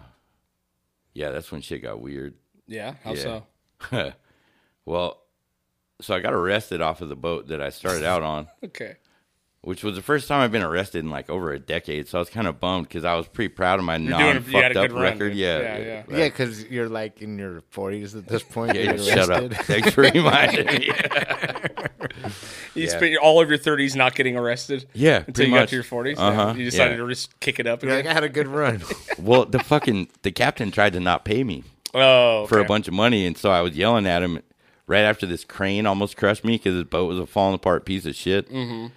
yeah, that's when shit got weird.
Yeah. How
Yeah.
so?
Well, so I got arrested off of the boat that I started out on.
Okay.
which was the first time I've been arrested in like over a decade. So I was kind of bummed because I was pretty proud of my
doing-
non
you had a
fucked up
good run,
record.
dude.
yeah,
Yeah, yeah.
but-
Yeah, because you're like in your 40s at this point.
yeah,
you're
shut up.
arrested.
Thanks for reminding me.
You
Yeah.
spent all of your 30s not getting arrested.
Yeah,
until
pretty
you got
much.
to your 40s.
Uh-huh,
You decided
yeah.
to just kick it up.
You're like,
Again.
I had a good run.
Well, the fucking the captain tried to not pay me
"Ah."
Oh, okay.
for a bunch of money, and so I was yelling at him right after this crane almost crushed me because his boat was a falling apart piece of shit. Mm-hmm.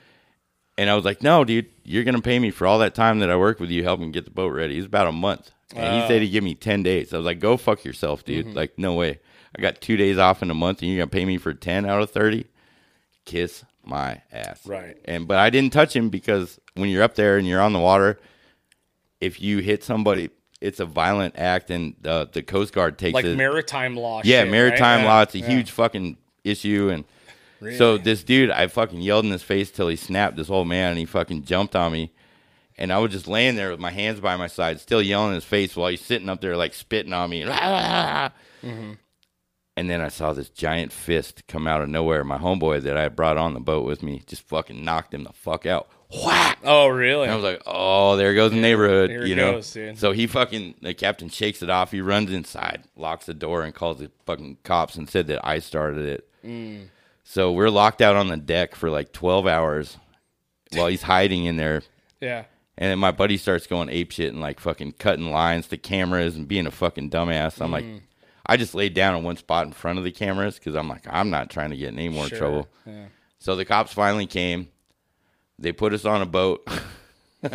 And I was like, "No, dude, you're gonna pay me for all that time that I worked with you helping get the boat ready. It's about a month." And he
Oh.
said he'd give me ten days. I was like, "Go fuck yourself, dude!
Mm-hmm.
Like, no way. I got two days off in a month, and you're gonna pay me for ten out of thirty? Kiss my ass!"
Right.
And but I didn't touch him because when you're up there and you're on the water, if you hit somebody, it's a violent act, and uh, the Coast Guard takes
like
it.
maritime law.
Yeah,
shit, right?
maritime law. It's a
Yeah.
huge fucking issue. And so this dude, I fucking yelled in his face till he snapped. This old man, and he fucking jumped on me. And I was just laying there with my hands by my side, still yelling in his face while he's sitting up there like spitting on me.
Mm-hmm.
And then I saw this giant fist come out of nowhere. My homeboy that I had brought on the boat with me just fucking knocked him the fuck out. Whack!
Oh, really?
And I was like, oh, there goes the neighborhood,
here it
you know.
goes, dude.
So he fucking the captain shakes it off. He runs inside, locks the door, and calls the fucking cops and said that I started it.
Mm.
So we're locked out on the deck for like twelve hours while he's hiding in there.
yeah.
And then my buddy starts going ape shit and like fucking cutting lines to cameras and being a fucking dumbass. I'm like, I just laid down in one spot in front of the cameras because I'm like, I'm not trying to get in any more trouble. So the cops finally came. They put us on a boat,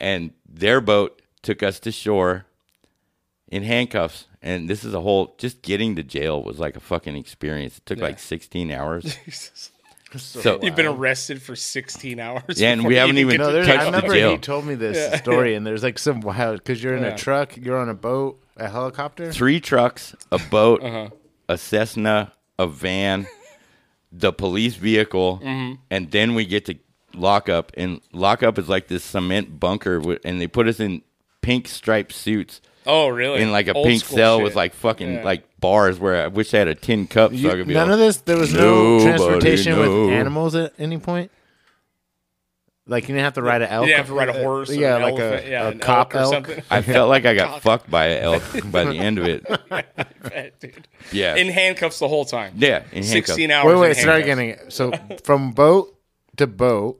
and their boat took us to shore in handcuffs. And this is a whole just getting to jail was like a fucking experience. It took like 16 hours. so
You've been arrested for 16 hours.
Yeah, and
before
we
you
haven't even-
get
No,
to
there's,
touch
Touch
I
the
remember
jail.
he told me this story, and there's like some wild because you're in a truck, you're on a boat, a helicopter.
three trucks, a boat,
Uh-huh.
a Cessna, a van, the police vehicle,
Mm-hmm.
and then we get to lockup. And lockup is like this cement bunker, wi- and they put us in pink striped suits
Oh, really?
in like a
Old
pink
school
cell
shit.
with like fucking
Yeah.
like bars where I wish I had a tin cup so I
You-
could be
none
like,
of this. There was no
Nobody
transportation
knows.
with animals at any point. Like you didn't have to ride an elk.
You didn't have to ride a horse. Or
Yeah,
an
like
elephant,
a,
yeah,
a
an elk
cop
or
elk.
something.
I felt like I got fucked by an elk by the end of it.
Dude.
Yeah.
In handcuffs the whole time.
yeah, in handcuffs.
16 hours.
Wait,
in
wait, start
handcuffs.
getting so from boat to boat.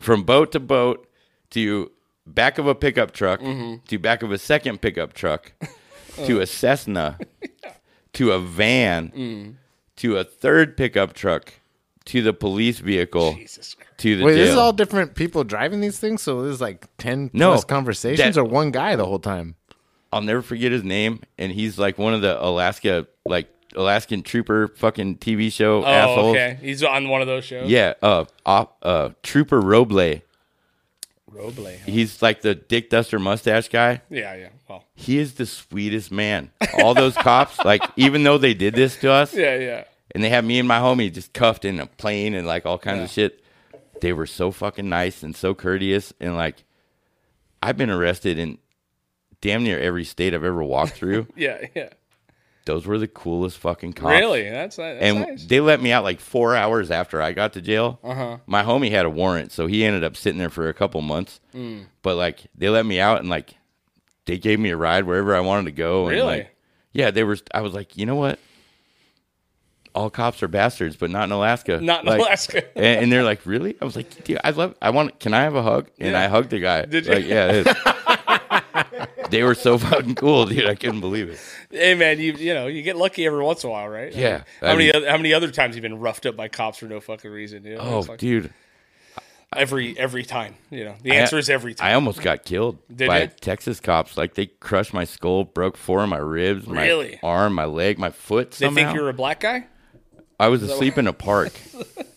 from boat to boat to back of a pickup truck
Mm-hmm.
to back of a second pickup truck to a Cessna to a van
Mm.
to a third pickup truck to the police vehicle to the
Wait,
jail.
this is all different people driving these things. So this is like ten
No,
plus conversations
that-
or one guy the whole time.
I'll never forget his name, and he's like one of the Alaska like Alaskan Trooper fucking TV show
Oh,
assholes.
okay. He's on one of those shows.
Yeah, uh, op, uh, Trooper Roble.
Roble. huh?
He's like the Dick Duster mustache guy.
Yeah, yeah. Well,
he is the sweetest man. All those cops, like, even though they did this to us,
yeah, yeah.
and they had me and my homie just cuffed in a plane and like all kinds of shit, they were so fucking nice and so courteous. And like, I've been arrested in damn near every state I've ever walked through.
Yeah, yeah.
those were the coolest fucking cops.
Really? That's, that's
And
nice. Uh-huh.
they let me out like four hours after I got to jail. My homie had a warrant, so he ended up sitting there for a couple months.
Mm.
But like, they let me out, and like, they gave me a ride wherever I wanted to go. And,
Really?
like, yeah, they were. I was like, you know what? All cops are bastards, but not in Alaska.
Not in
Like-
Alaska.
And, and they're like, really? I was like, dude, I love. I want. Can I have a hug? And
Yeah.
I hugged the guy.
Did you?
Like, yeah. it is. they were so fucking cool, dude. I couldn't believe it.
Hey man, you you know you get lucky every once in a while, right? I
Yeah,
mean,
I
how many
mean-
oth- how many other times you've been roughed up by cops for no fucking reason? You know?
Oh,
It's like
dude.
every every time. You know the answer is every time.
I almost got killed
Did
by
ya?
Texas cops. Like they crushed my skull, broke four of my ribs, my
Really?
arm, my leg, my foot.
they
Somehow.
think you're a black guy.
I was asleep in a park,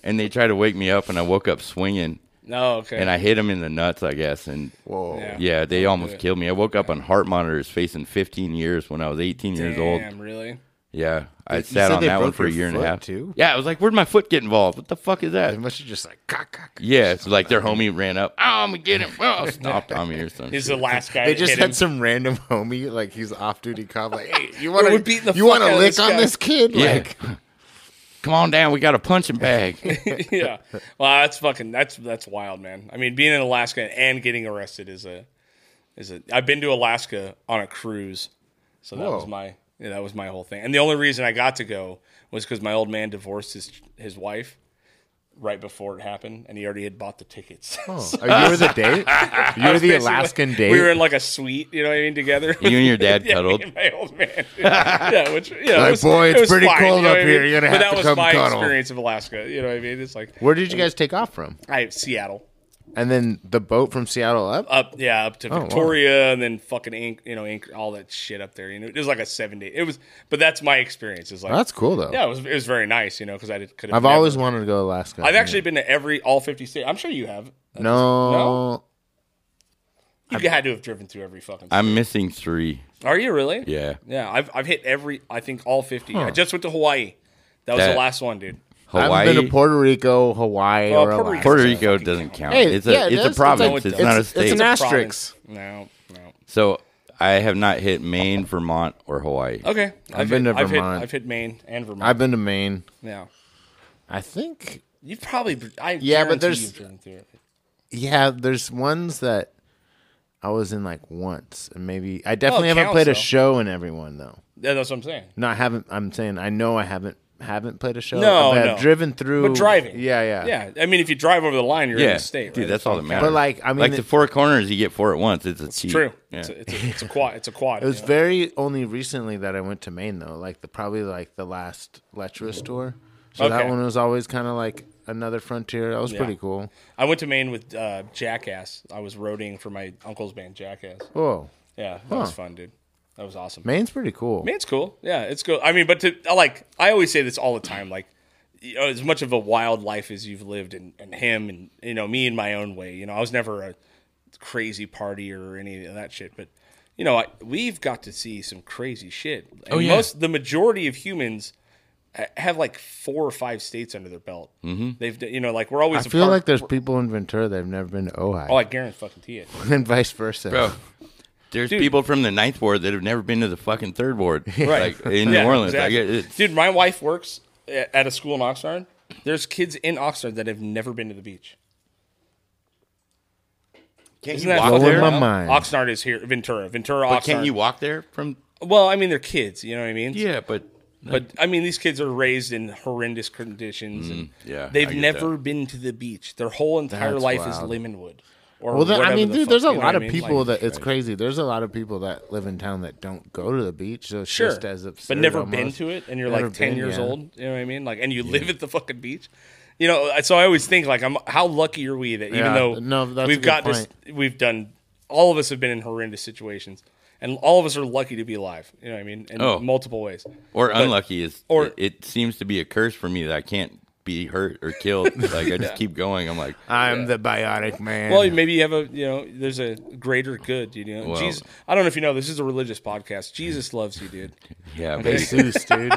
and they tried to wake me up, and I woke up swinging,
No, okay.
and I hit them in the nuts, I guess. And
Whoa.
Yeah.
yeah, they almost killed me. I woke up on heart monitors, facing 15 years when I was 18 years old.
Damn, really?
Yeah, I
You
sat
said
on
they
that one
broke
for a
your
year and a
foot,
half.
too?
Yeah, I was like, "Where'd my foot get involved? What the fuck is that?"
They must have just like cock, cock.
Yeah, it's like their homie ran up. Oh, I'm gonna get him. Oh, stomped on me or something.
He's the last guy.
They
that
just
hit
had
him.
some random homie, like he's off duty cop, like, hey, you want
we're beating the
to you
fuck
want
out
to
of
lick
this
on
guy."
this kid?
Yeah.
Like,
Come on down. We got a punching bag.
yeah. Wow, that's fucking that's that's wild, man. I mean, being in Alaska and getting arrested is a is a I've been to Alaska on a cruise. So that
Whoa.
was my yeah, that was my whole thing. And the only reason I got to go was cuz my old man divorced his his wife right before it happened and he already had bought the tickets.
Oh, you were the date? You were the Alaskan date?
we were in like a suite, you know what I mean, together.
you and your dad
Yeah, me
cuddled.
and my old man. yeah, which yeah,
Like,
it was,
"Boy,
it
it's
was
pretty
fine,"
cold
you know
up
what I
here.
mean?
You're gonna
But
have
that
to
was
come
my
cuddle.
experience of Alaska. You know what I mean? It's like
Where did you guys take off from?
I Seattle
And then the boat from Seattle up?
up, yeah, up to
Oh, wow.
Victoria, and then fucking Anch- you know, Anch- all that shit up there. You know, it was like a seven day. It was, but that's my experience. Is like,
That's cool though.
Uh, yeah, it was, it was very nice. You know, because I did, could have.
I've
never-
always wanted to go to Alaska.
I've actually been to every all fifty states. I'm sure you have.
no,
No? You had to have driven through every fucking.
I'm missing three.
Are you really?
Yeah.
yeah. I've I've hit every. I think all fifty. I just went to Hawaii. That was
That-
the last one, dude.
I've
Hawaii.
been to Puerto Rico, Hawaii,
Well,
or
Uh, Puerto
Alaska.
Puerto Rico doesn't count.
Hey,
it's a
yeah, it
it's
does.
a
It's
province.
like-
It's,
it's-
not a
it's an
state.
ass-
Province.
Asterix.
No, no.
so I have not hit Maine, Vermont, or Hawaii.
Okay,
I've been
hit,
to
I've hit,
Vermont.
I've hit Maine and Vermont.
I've been to Maine.
yeah,
I think.
you've probably. I
Yeah,
guarantee
but there's-
you've driven through it.
Yeah, there's ones that I was in like once, and maybe I definitely
it
haven't
counts,
played
though.
a show in everyone though.
Yeah, that's what I'm saying.
No, I haven't. I'm saying I know I haven't haven't played a show.
No,
but
no.
I've driven through.
But driving.
Yeah, yeah,
Yeah, I mean, if you drive over the line, you're in
Yeah,
the state.
dude,
right?
that's all that matters.
But like, I mean,
like
it,
the four corners, you get four at once. It's a cheat.
true.
Yeah.
It's, a, it's, a, it's a quad. It's a quad.
it was
you know?
very only recently that I went to Maine though. Like the probably like the last lecherous tour. So that
Okay.
one was always kind of like another frontier. That was pretty cool.
I went to Maine with uh, Jackass. I was roading for my uncle's band, Jackass.
Whoa,
Yeah, that was fun, dude. That was awesome.
Maine's pretty cool.
Maine's cool. Yeah, it's cool. I mean, but to I like, I always say this all the time. Like, you know, as much of a wild life as you've lived, and, and him, and you know, me in my own way. You know, I was never a crazy partier or any of that shit. But you know, I, we've got to see some crazy shit. And oh
yeah.
Most the majority of humans ha- have like four or five states under their belt. Mm-hmm. They've d- you know, like we're always. a
I feel
part-
like there's people in Ventura that have never been to Ojai,
Oh, I guarantee fucking it.
and vice versa.
Bro, there's people from the ninth ward that have never been to the fucking third ward.
Right.
Like in
Yeah,
New Orleans.
exactly.
Like, it- it's-
Dude, my wife works a- at a school in Oxnard. There's kids in Oxnard that have never been to the beach.
can't
Isn't
you
that
walk
Blowing
fucking
there?
my
wild?
mind.
Oxnard is here, Ventura, Ventura,
But
Oxnard.
can't you walk there from?
Well, I mean, they're kids. You know what I mean?
Yeah, but
But I mean, these kids are raised in horrendous conditions, and
Mm, yeah, I
they've
get
never been to the beach. Their whole entire
That's
life is
wild.
Lemonwood. Or
Well, then, I
whatever
mean,
the
dude,
fuck,
there's a
you know what
lot
I
of
mean?
people
Like,
that it's crazy. There's a lot of people that live in town that don't go to the beach. So it's
sure,
just as absurd,
but never been
almost.
to it, and you're
Never
like ten
been,
years
yeah.
old. You know what I mean? Like, and you live at the fucking beach. You know, I- so I always think like, I'm how lucky are we that even
Yeah,
though
no, that's a
we've
good
got this, we've done all of us have been in horrendous situations, and all of us are lucky to be alive. You know what I mean? In
Oh.
multiple ways.
or unlucky is
or-
or it, it seems to be a curse for me that I can't be hurt or killed. like I just keep going. I'm like,
I'm the biotic man.
Well, maybe you have a you know, there's a greater good. You know,
Well-
Jesus. I don't know if you know this is a religious podcast. Jesus loves you, dude.
yeah, baby.
Jesus, dude.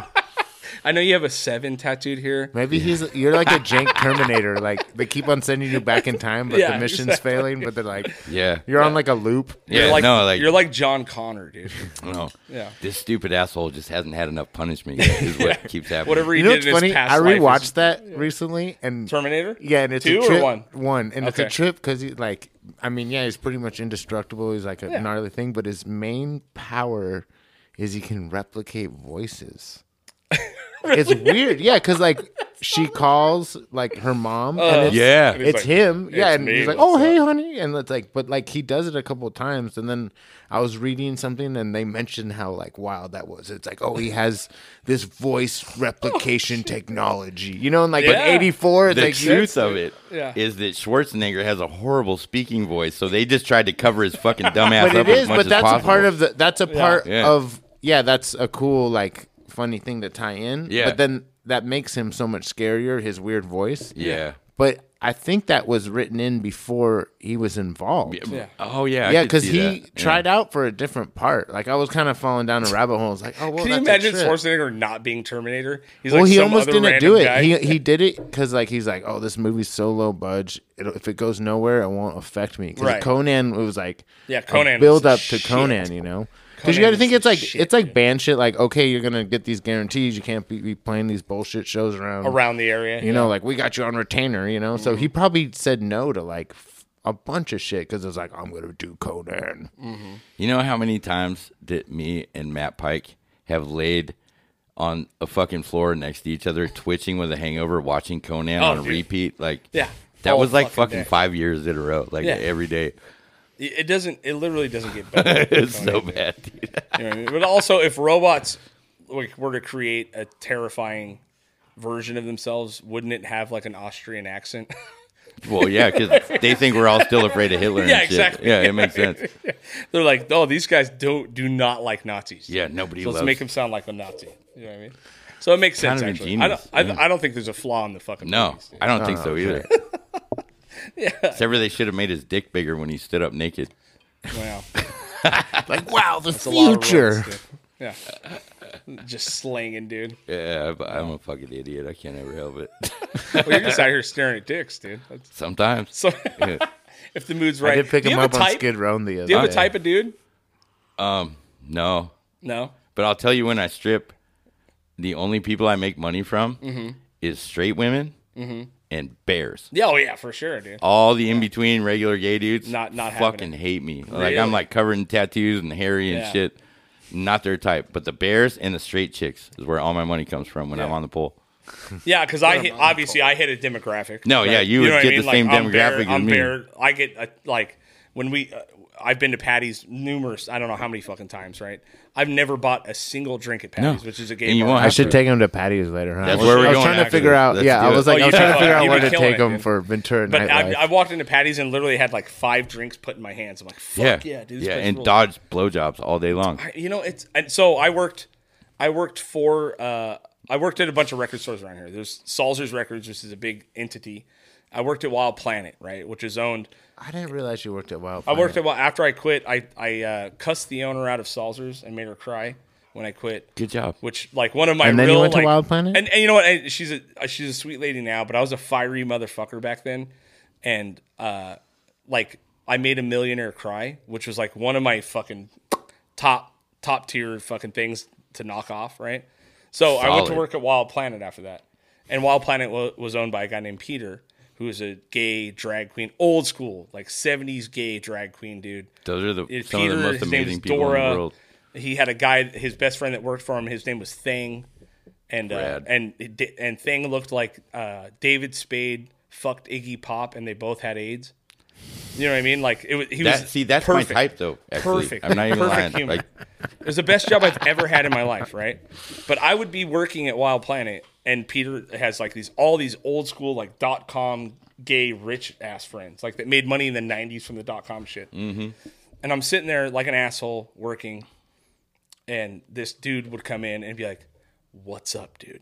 I know you have a seven tattooed here.
Maybe he's you're like a jank Terminator. Like they keep on sending you back in time, but
Yeah,
the mission's
exactly.
failing. But they're like,
yeah,
you're on like a loop.
yeah.
you're like,
no, like
you're like John Connor, dude.
no.
Yeah.
This stupid asshole just hasn't had enough punishment. Yet, is what keeps happening.
Whatever he
You know
did
what's
in
funny?
his past
I
life is-
rewatched that recently, and
Terminator.
Yeah, and it's
two
a trip,
or one.
One, and
Okay.
it's a trip because he like, I mean, yeah, he's pretty much indestructible. He's like a gnarly thing, but his main power is he can replicate voices. It's weird, yeah, because like she calls like her mom,
Uh-huh.
and it's,
Yeah.
it's
like,
him, yeah,
"It's
and
me,
he's like,
what's
"Oh, hey, honey," and it's like, but like he does it a couple of times, and then I was reading something, and they mentioned how like wild that was. It's like, oh, he has this voice replication technology, you know, and like
Yeah.
in '84, it's
the
like
truth of it is
Yeah.
that Schwarzenegger has a horrible speaking voice, so they just tried to cover his fucking dumbass
but
up
it
as
is
much
but
as
that's a
possible.
part of the that's a part
Yeah.
of yeah that's a cool like funny thing to tie in
Yeah.
but then that makes him so much scarier his weird voice
yeah.
but i think that was written in before he was involved yeah.
Oh yeah, I could
because
see
he
that. Yeah.
tried out for a different part. Like I was kind of falling down a rabbit hole. I was like, oh well.
Can you
that's a
imagine
trip.
Schwarzenegger not being Terminator? He's
well,
like
he
some
almost
other
didn't
random
do it.
guy.
He he did it because like he's like, oh, this movie's so low budge. It'll, if it goes nowhere, it won't affect me. Because
Right.
Conan it was like,
Yeah,
a
Conan was
build up to
shit.
Conan, you know. Because you got to think it's like
shit,
it's like band shit. Like okay, you're gonna get these guarantees. You can't be, be playing these bullshit shows around
around the area.
You know, like we got you on retainer. You know, so
Mm-hmm.
he probably said no to like f- a bunch of shit because it's like I'm gonna do Conan.
You know how many times did me and Matt Pike have laid on a fucking floor next to each other, twitching with a hangover, watching Conan on
Oh, dude.
repeat? Like,
Yeah.
that
All
was like
fucking
fucking
day.
five years in a row, like
Yeah.
every day.
It it doesn't. It literally doesn't get better.
It's so bad, dude.
You know what I mean? But also, if robots like, were to create a terrifying version of themselves, wouldn't it have like an Austrian accent?
Well, yeah, because they think we're all still afraid of Hitler.
Yeah,
and shit.
exactly.
Yeah, it makes sense.
They're like, oh, these guys don't do not like Nazis.
Yeah, nobody
so let's
loves.
make him sound like a Nazi. You know what I mean? So it makes
Kind of
sense. actually, I don't. I,
ingenious,
I don't think there's a flaw in the fucking.
no,
movies.
I don't think
Oh,
so either. Except for they should have made his dick bigger when he stood up naked.
Wow.
Like wow, the
It's a lot of
future.
roles, dude. Yeah. Just slanging, dude.
Yeah, but I'm a fucking idiot. I can't ever help it.
Well, you're just out here staring at dicks, dude. That's,
Sometimes.
so
Yeah.
if the mood's
I
right,
did pick
do you
him
have
up
a
on
type?
Skid Row the other
Do you have a
day.
type of dude?
No,
No.
But I'll tell you when I strip, the only people I make money from
Mm-hmm.
is straight women and bears.
Yeah, oh yeah, for sure, dude.
All the in between regular gay dudes
Not- not
fucking
happening.
hate me. Like
Really?
I'm like covered in tattoos and hairy and
Yeah.
shit. Not their type. But the bears and the straight chicks is where all my money comes from when I'm
Yeah.
on the pole.
Yeah, because I hit, obviously I hit a demographic.
No, yeah, you would
what
get the same
I'm
demographic as
Bear, I'm
me.
Bear, I get uh, like when we. Uh, I've been to Patty's numerous. I don't know how many fucking times, right? I've never bought a single drink at Patty's, which is a gay.
And you
bar.
won't
I
have
should
to-
take him to Patty's later. Huh?
That's
I was,
where we're
I was
going
trying to
after
figure
this.
out.
Let's
yeah,
do
I
it.
was like,
Oh,
I was
you
trying to
know,
figure out
you'd
where
be
to
killing
take
it,
him
dude.
for Ventura
But I, I
nightlife.
walked into Patty's and literally had like five drinks put in my hands. I'm like, fuck yeah,
Yeah.
dude. this
yeah,
place
and
rules.
dodge blowjobs all day long.
You know, it's and so I worked, I worked for, uh, I worked at a bunch of record stores around here. There's Salzer's Records, which is a big entity. I worked at Wild Planet, right, which is owned.
I didn't realize you worked at Wild.
I worked at Wild after I quit. I I uh, cussed the owner out of Salzer's and made her cry when I quit.
Good job.
Which like one of my
And
real
then you went to
like-
Wild Planet?
and, and you know what and she's a uh, she's a sweet lady now but I was a fiery motherfucker back then and uh like I made a millionaire cry which was like one of my fucking top top tier fucking things to knock off right so I went to
Solid.
work at Wild Planet after that and Wild Planet wa- was owned by a guy named Peter who was a gay drag queen old school like 70s gay drag queen dude
Those are the
it's
some
Peter.
of the most
his name is
amazing people in
Dora.
the world.
He had a guy, his best friend that worked for him. His name was Thing, and uh,
Rad.
and it di- and Thing looked like uh, David Spade fucked Iggy Pop, and they both had AIDS. You know what I mean? Like it was. He
That,
was
see, that's
perfect.
my type though. Actually.
Perfect.
I'm not even
Perfect
lying.
human.
Like
It was the best job I've ever had in my life, right? But I would be working at Wild Planet, and Peter has like these all these old school like dot com gay rich ass friends, like that made money in the '90s from the dot com shit. Mm-hmm. And I'm sitting there like an asshole working, and this dude would come in and be like, "What's up, dude?"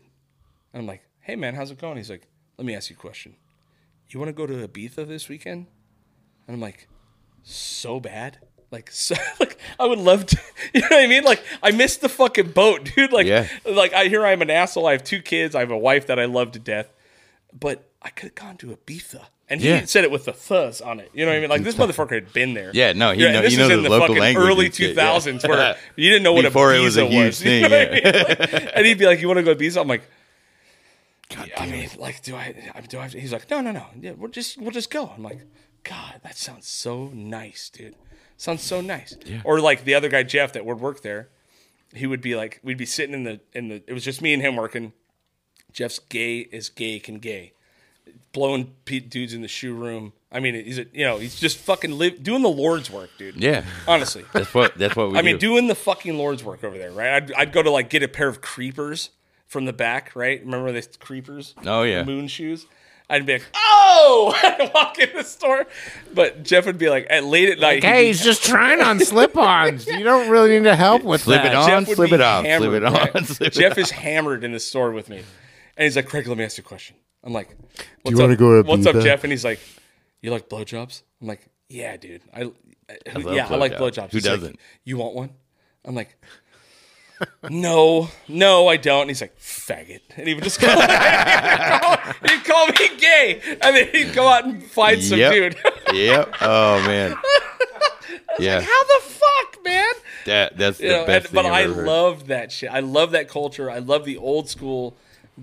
And I'm like, "Hey man, how's it going?" He's like, "Let me ask you a question. You want to go to Ibiza this weekend?" And I'm like, so bad. Like, so, like I would love to. You know what I mean? Like, I missed the fucking boat, dude. Like,
Yeah.
like I here I'm an asshole. I have two kids. I have a wife that I love to death. But I could have gone to Ibiza. And he
Yeah.
said it with the thus on it. You know what I mean? Like this motherfucker had been there.
Yeah, no, he
and
know-
this
he knows
is
the
in the,
local
fucking
language
early
and shit,
two
yeah.
thousands where you didn't know what
Before
a
it was a huge
was. You know
thing,
what I
yeah.
mean? Like, and he'd be like, "You want to go to Ibiza?" I'm like, I mean, like, do I? I- Do I? Have to? He's like, no, no, no. Yeah, we'll just we'll just go. I'm like, God, that sounds so nice, dude. Sounds so nice. Or like the other guy, Jeff, that would work there. He would be like, we'd be sitting in the in the. It was just me and him working. Jeff's gay as gay can gay, blowing pe- dudes in the shoe room. I mean, he's a, you know he's just fucking live doing the Lord's work, dude.
Yeah.
honestly.
That's what that's what we
I mean,
do.
doing the fucking Lord's work over there, right? I'd, I'd go to like get a pair of creepers from the back, right? Remember the creepers?
Oh, yeah.
moon shoes. I'd be like, oh, I'd walk in the store, but Jeff would be like, at late at night, he'd
Hey,
be-
he's just trying on slip-ons. You don't really need to help with
Slip
that.
it on,
Jeff would
slip
be
it off, slip
hammered,
it on,
right?
slip it
Jeff is hammered in the store with me, and he's like, Craig, let me ask you a question. I'm like, What's
wanna
up?
go to
What's up,
Ibiza?
Jeff? And he's like, You like blowjobs? I'm like, Yeah, dude. I, I- yeah, I like
blowjobs.
blowjobs.
Who
He's like,
doesn't?
you want one? I'm like. No, no, I don't. And he's like, faggot. And he would just call, he'd call me gay. And then he'd go out and find some
yep.
dude.
yep. Oh man. yeah.
How the fuck, man?
That that's the
You know, and-
best thing
but
I've
I
ever heard.
love that shit. I love that culture. I love the old school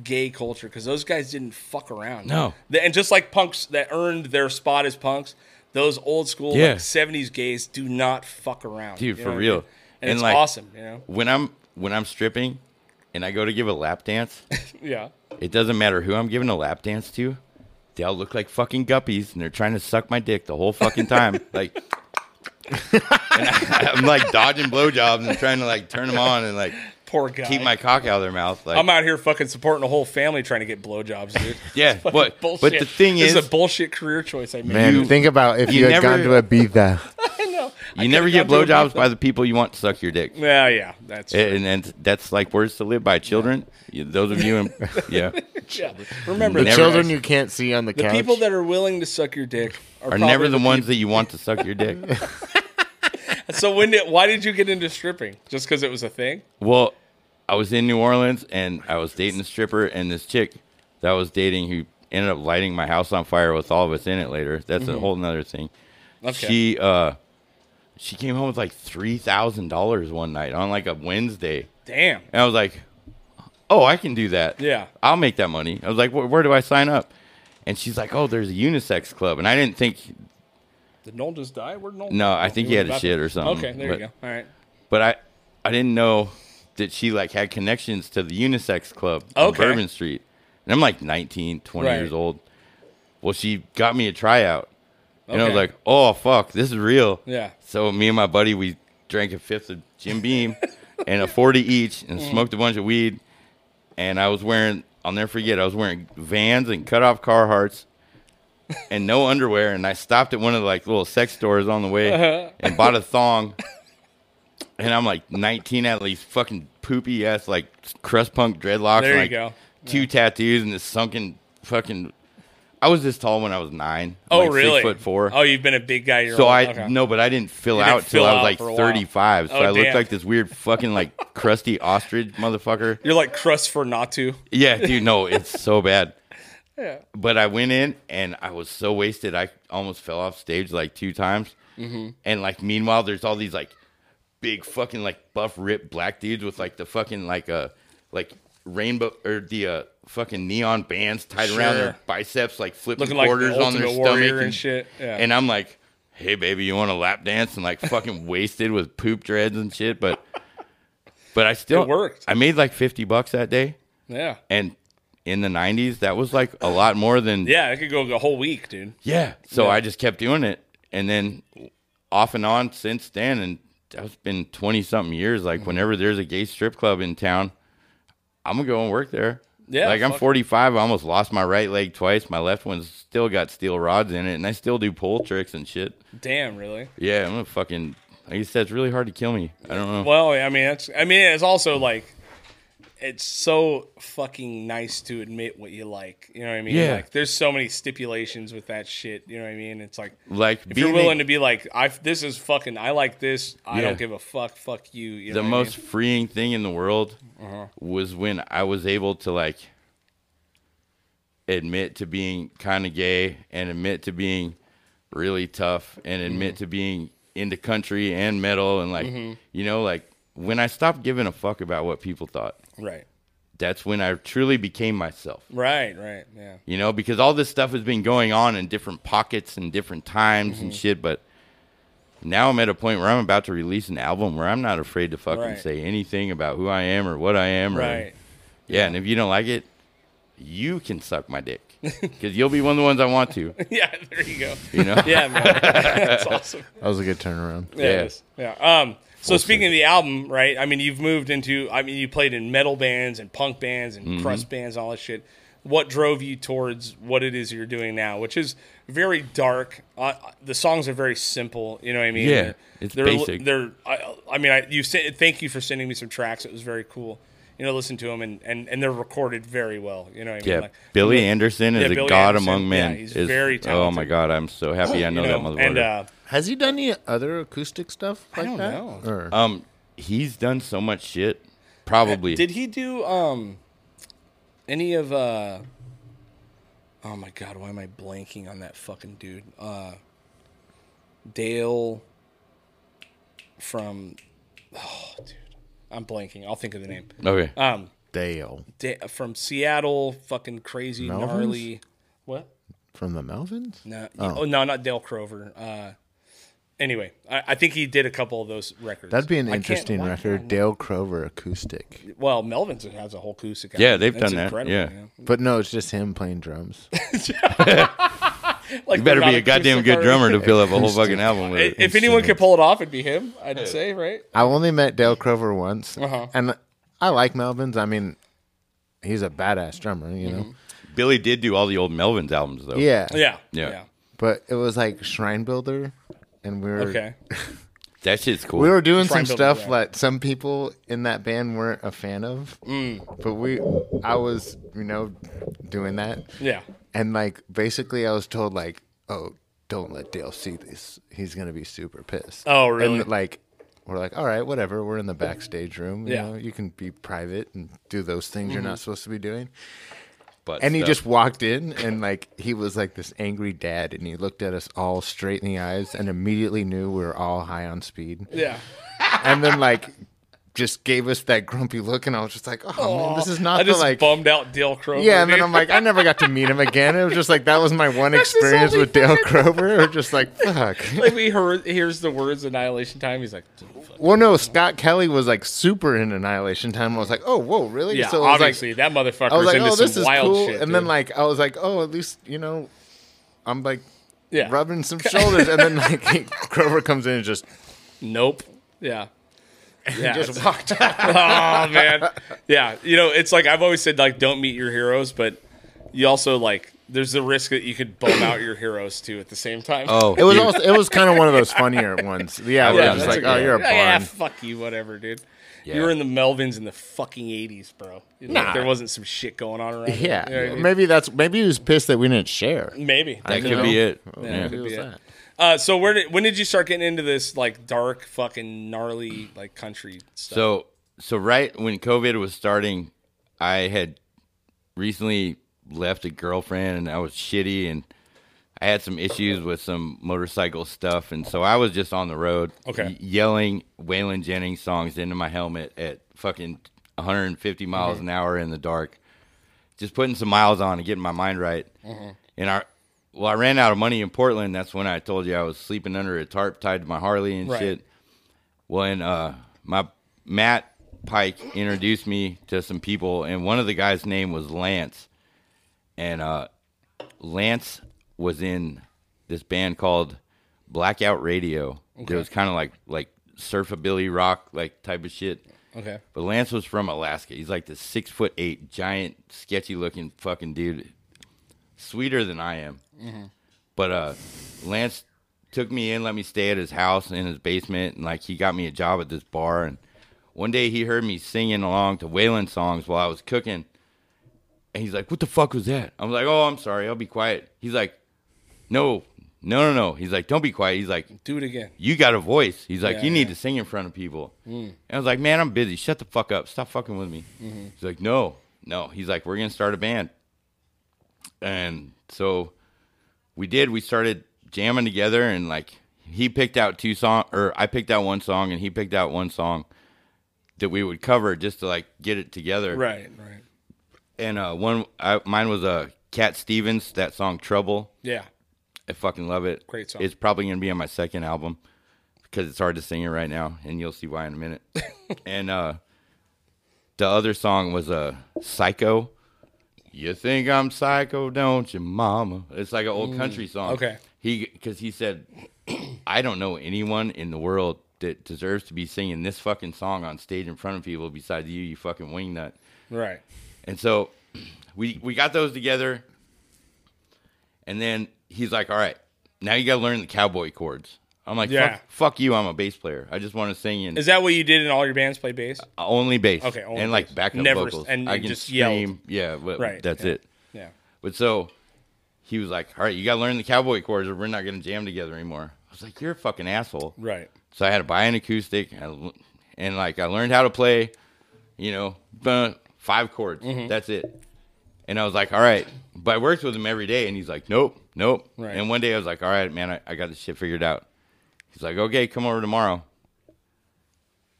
gay culture because those guys didn't fuck around.
No.
The- and just like punks that earned their spot as punks, those old school
Yeah.
like, 70s gays do not fuck around.
Dude,
You
for
know what I
real.
mean? And,
And,
it's
like-
awesome, you know?
when I'm when I'm stripping and I go to give a lap dance,
Yeah.
it doesn't matter who I'm giving a lap dance to. They all look like fucking guppies, and they're trying to suck my dick the whole fucking time. like, and I, I'm like dodging blowjobs and trying to like turn them on and like
Poor guy.
keep my cock out of their mouth. Like,
I'm out here fucking supporting a whole family trying to get blowjobs, dude.
yeah, but
bullshit.
but the thing
this
is,
a bullshit career choice I made.
Man,
You-
think about if you,
you
had
never-
gone to Ibiza.
you never get
could've gone to a
blowjobs by the people you want to suck your dick.
Yeah, yeah, that's
Eh, And, and that's like words to live by, children. You- Those of you, in, yeah,
yeah. Remember,
The
that.
Never-
Children you can't see on the,
the
couch.
people that are willing to suck your dick are,
are
probably
never the
peop-
ones that you want to suck your dick.
So when did why did you get into stripping? Just because it was a thing?
Well, I was in New Orleans and I was dating a stripper and this chick that I was dating who ended up lighting my house on fire with all of us in it later. That's a whole nother thing.
Mm-hmm. Okay.
She uh she came home with like three thousand dollars one night on like a Wednesday.
Damn.
And I was like, "Oh, I can do that.
Yeah.
I'll make that money." I was like, "Where, where do I sign up?" And she's like, "Oh, there's a unisex club." And I didn't think,
Did Noel just die? Where Noel?
no, I think he had a shit or something.
Okay, there
but,
you go. All right.
But I, I didn't know that she like had connections to the unisex club on
Okay.
Bourbon Street, and I'm like 19, 20
Right.
years old. Well, she got me a tryout, and I was
Okay.
like, "Oh fuck, this is real."
Yeah.
So me and my buddy we drank a fifth of Jim Beam and a forty each, and smoked a bunch of weed. And I was wearing, I'll never forget, I was wearing Vans and cut off Carhartts. And no underwear, and I stopped at one of the like little sex stores on the way
Uh-huh.
and bought a thong and I'm like 19 at least, fucking poopy ass, like crust punk dreadlocks,
There you
like
go.
two tattoos, and this sunken fucking. I was this tall when I was nine. I'm
Oh,
like
really?
Six foot four.
Oh, you've been a big guy. Your
so
whole-
I
okay.
no, but I didn't fill
You didn't
out till
fill
I
out
was like
for a while.
35. So
Oh,
I looked
damn.
like this weird fucking like crusty ostrich motherfucker.
You're like crust for Natu.
Yeah, dude, no, it's so bad. But I went in and I was so wasted, I almost fell off stage like two times.
Mm-hmm.
And like, meanwhile, there's all these like big fucking like buff ripped black dudes with like the fucking like uh like rainbow or the uh fucking neon bands tied around their
Sure.
biceps, like flipping
Looking like the
quarters on their
Ultimate
stomach
Warrior and shit, yeah.
And I'm like, hey baby, you want a lap dance? And like fucking wasted with poop dreads and shit, but. But I still
It worked.
I made like fifty bucks that day
Yeah.
and in the 90s that was like a lot more than
Yeah, I could go a whole week, dude.
Yeah. so i just kept doing it and then off and on since then and that's been 20 something years
Mm-hmm.
like whenever there's a gay strip club in town i'm gonna go and work there
Yeah,
like i'm
fuck.
45 i almost lost my right leg twice my left one's still got steel rods in it and i still do pole tricks and shit
Damn, really?
yeah i'm a fucking like you said it's really hard to kill me i don't know
Well, I mean, that's. I mean, it's also like, it's so fucking nice to admit what you like. You know what I mean?
Yeah.
Like, there's so many stipulations with that shit. You know what I mean? It's like,
like
if you're willing to be like, I this is fucking, I like this. I
Yeah.
don't give a fuck. Fuck you. you
the
know what I mean? Uh-huh.
most freeing thing in the world was when I was able to like admit to being kind of gay and admit to being really tough and
Mm-hmm.
admit to being into country and metal and like you know like when I stopped giving a fuck about what people thought
right,
that's when I truly became myself
right, right. Yeah.
you know, because all this stuff has been going on in different pockets and different times
Mm-hmm.
and shit. But now I'm at a point where I'm about to release an album where I'm not afraid to fucking
Right.
say anything about who I am or what I am. Or,
Right.
Yeah, and if you don't like it, you can suck my dick because you'll be one of the ones I want to.
Yeah, there you go.
You know?
Yeah, man. That's awesome.
that was a good turnaround.
Yeah. it is. yeah. Um, so speaking of the album, right? I mean, you've moved into, I mean, you played in metal bands and punk bands and
Mm-hmm.
crust bands, all that shit. What drove you towards what it is you're doing now, which is very dark. Uh, the songs are very simple. You know what I mean?
Yeah, it's
they're,
basic.
They're, I, I mean, I, you said thank you for sending me some tracks. It was very cool. You know, listen to them and, and, and they're recorded very well. You know what I mean?
Yeah,
Like,
Billy Anderson is
Yeah,
a
Billy
god
Anderson.
among men.
Yeah, he's
Is-
very
Oh my
talented.
god, I'm so happy I know,
you know,
that motherfucker.
and uh,
Has he done any other acoustic stuff like
don't
that?
know.
Or-
um, he's done so much shit. Probably
Did he do um any of uh Oh my god, why am I blanking on that fucking dude? Uh Dale from I'm blanking. I'll think of the name.
Okay.
Uh,
Dale
Da- from Seattle, fucking crazy,
Melvins?
gnarly. What?
from the Melvins.
No, oh. no, not Dale Crover. Uh, anyway, I, I think he did a couple of those records.
That'd be an
I can't-
interesting
why-
record. Dale Crover acoustic,
Well, Melvin's has a whole acoustic.
Yeah,
album.
they've
That's
done that.
incredible,
Yeah.
man.
but no, it's just him playing drums.
Like
You better
they're
be
not
a goddamn
acoustic
good
artists.
drummer to fill up a whole fucking album with.
I-
it.
If anyone could pull it off, it'd be him. I'd say, right?
I only met Dale Crover once,
Uh-huh.
and I like Melvins. I mean, he's a badass drummer, you know.
Billy did do all the old Melvins albums though.
Yeah,
Mm-hmm. Yeah,
Yeah.
But it was like Shrine Builder, and we were
Okay.
that shit's cool.
we were doing
Shrine
some
Builder,
stuff
yeah.
that some people in that band weren't a fan of.
Mm.
But we, I was, you know, doing that,
Yeah.
and like basically, I was told like, "Oh, don't let Dale see this. He's gonna be super pissed."
Oh, really?
And like, we're like, "All right, whatever. We're in the backstage room. You
Yeah. Mm-hmm.
know, you can be private and do those things you're not supposed to be doing."
But
And he
stuff.
just walked in and like he was like this angry dad and he looked at us all straight in the eyes and immediately knew we were all high on speed.
Yeah.
And then like just gave us that grumpy look and I was just like, Oh man, this is
I
not the
just
like
bummed out Dale Crover.
Yeah, and then
dude.
I'm like, I never got to meet him again. It was just like that was my one experience with Dale Crover. Or just like fuck.
like we heard, hears the words "Annihilation Time." He's like, "Dude, fuck."
Well no, Scott Kelly was like super in Annihilation Time. I was like, Oh whoa, really?
yeah,
so it was, like,
obviously that motherfucker's
I was like,
into
oh,
some
this is
wild
cool.
shit.
and then
dude.
like I was like, oh, at least you know, I'm like
Yeah.
rubbing some shoulders, and then like Crover comes in and just
nope, yeah, yeah, it's-
just walked out.
oh man yeah you know it's like i've always said like don't meet your heroes but you also like there's the risk that you could bum out your heroes too at the same time
oh,
It was
dude.
also, it was kind of one of those funnier ones. Yeah, where
Yeah,
I was
that's
like,
a
oh,
good
you're a
yeah, yeah,
barn.
fuck you whatever dude
Yeah.
you were in the melvins in the fucking 80s bro You know, like,
Nah.
there wasn't some shit going on around you.
Yeah,
You know what I mean?
maybe that's maybe he was pissed that we didn't share.
maybe
that
you
could
know.
be it.
Yeah.
Yeah.
Maybe it was
Yeah.
that.
uh, so where did when did you start getting into this like dark fucking gnarly like country stuff
So so right when COVID was starting, I had recently left a girlfriend and I was shitty and I had some issues with some motorcycle stuff and so I was just on the road
Okay.
y- yelling Waylon Jennings songs into my helmet at fucking 150 miles an
Mm-hmm.
hour in the dark. Just putting some miles on and getting my mind right.
Mm-hmm.
And I well, I ran out of money in Portland. That's when I told you I was sleeping under a tarp tied to my Harley and
Right.
shit. Well, and uh, my Matt Pike introduced me to some people, and one of the guys' name was Lance, and uh, Lance was in this band called Blackout Radio. It was kind of like like surfabilly rock like type of shit.
okay
But Lance was from Alaska. He's like this six foot eight, giant, sketchy looking fucking dude. Sweeter than I am. But uh, Lance took me in, let me stay at his house in his basement, and like he got me a job at this bar. And one day he heard me singing along to Waylon songs while I was cooking. And he's like, What the fuck was that? I'm like, Oh, I'm sorry. I'll be quiet. He's like, No, no, no, no. He's like, Don't be quiet. He's like,
do it again
you got a voice. He's like,
Yeah,
you need
yeah. Mm.
to sing in front of people. And I was like, man, I'm busy. Shut the fuck up. Stop fucking with me.
Mm-hmm.
He's like, no, no. He's like, we're gonna start a band. And so we did. We started jamming together, and like he picked out two song, or I picked out one song, and he picked out one song that we would cover just to like get it together.
right right
And uh, one, I, mine was uh, Cat Stevens. That song, Trouble.
yeah
I fucking love it.
Great song.
It's probably gonna be on my second album because it's hard to sing it right now, and you'll see why in a minute. and uh, the other song was uh, "Psycho." You think I'm psycho, don't you, Mama? It's like an old country song.
Mm, okay.
He because he said, I don't know anyone in the world that deserves to be singing this fucking song on stage in front of people besides you, you fucking wingnut.
right
And so we we got those together. And then he's like, "All right, now you got to learn the cowboy chords." I'm like,
Yeah.
fuck, "Fuck you! I'm a bass player. I just want to sing and
is that what you did in all your bands play bass
only bass,
Okay, only
and like
bass.
backup
Never-
vocals.
and
I
you
can
just yelled.
scream, yeah, but
Right,
that's
yeah.
it."
yeah
But so he was like, "All right, you got to learn the cowboy chords, or we're not going to jam together anymore." I was like, "You're a fucking asshole."
right
So I had to buy an acoustic, and, I l- and like I learned how to play, you know, buh, five chords. That's it. And I was like, all right. But I worked with him every day, and he's like, nope, nope.
Right.
And one day I was like, all right, man, I, I got this shit figured out. He's like, okay, come over tomorrow.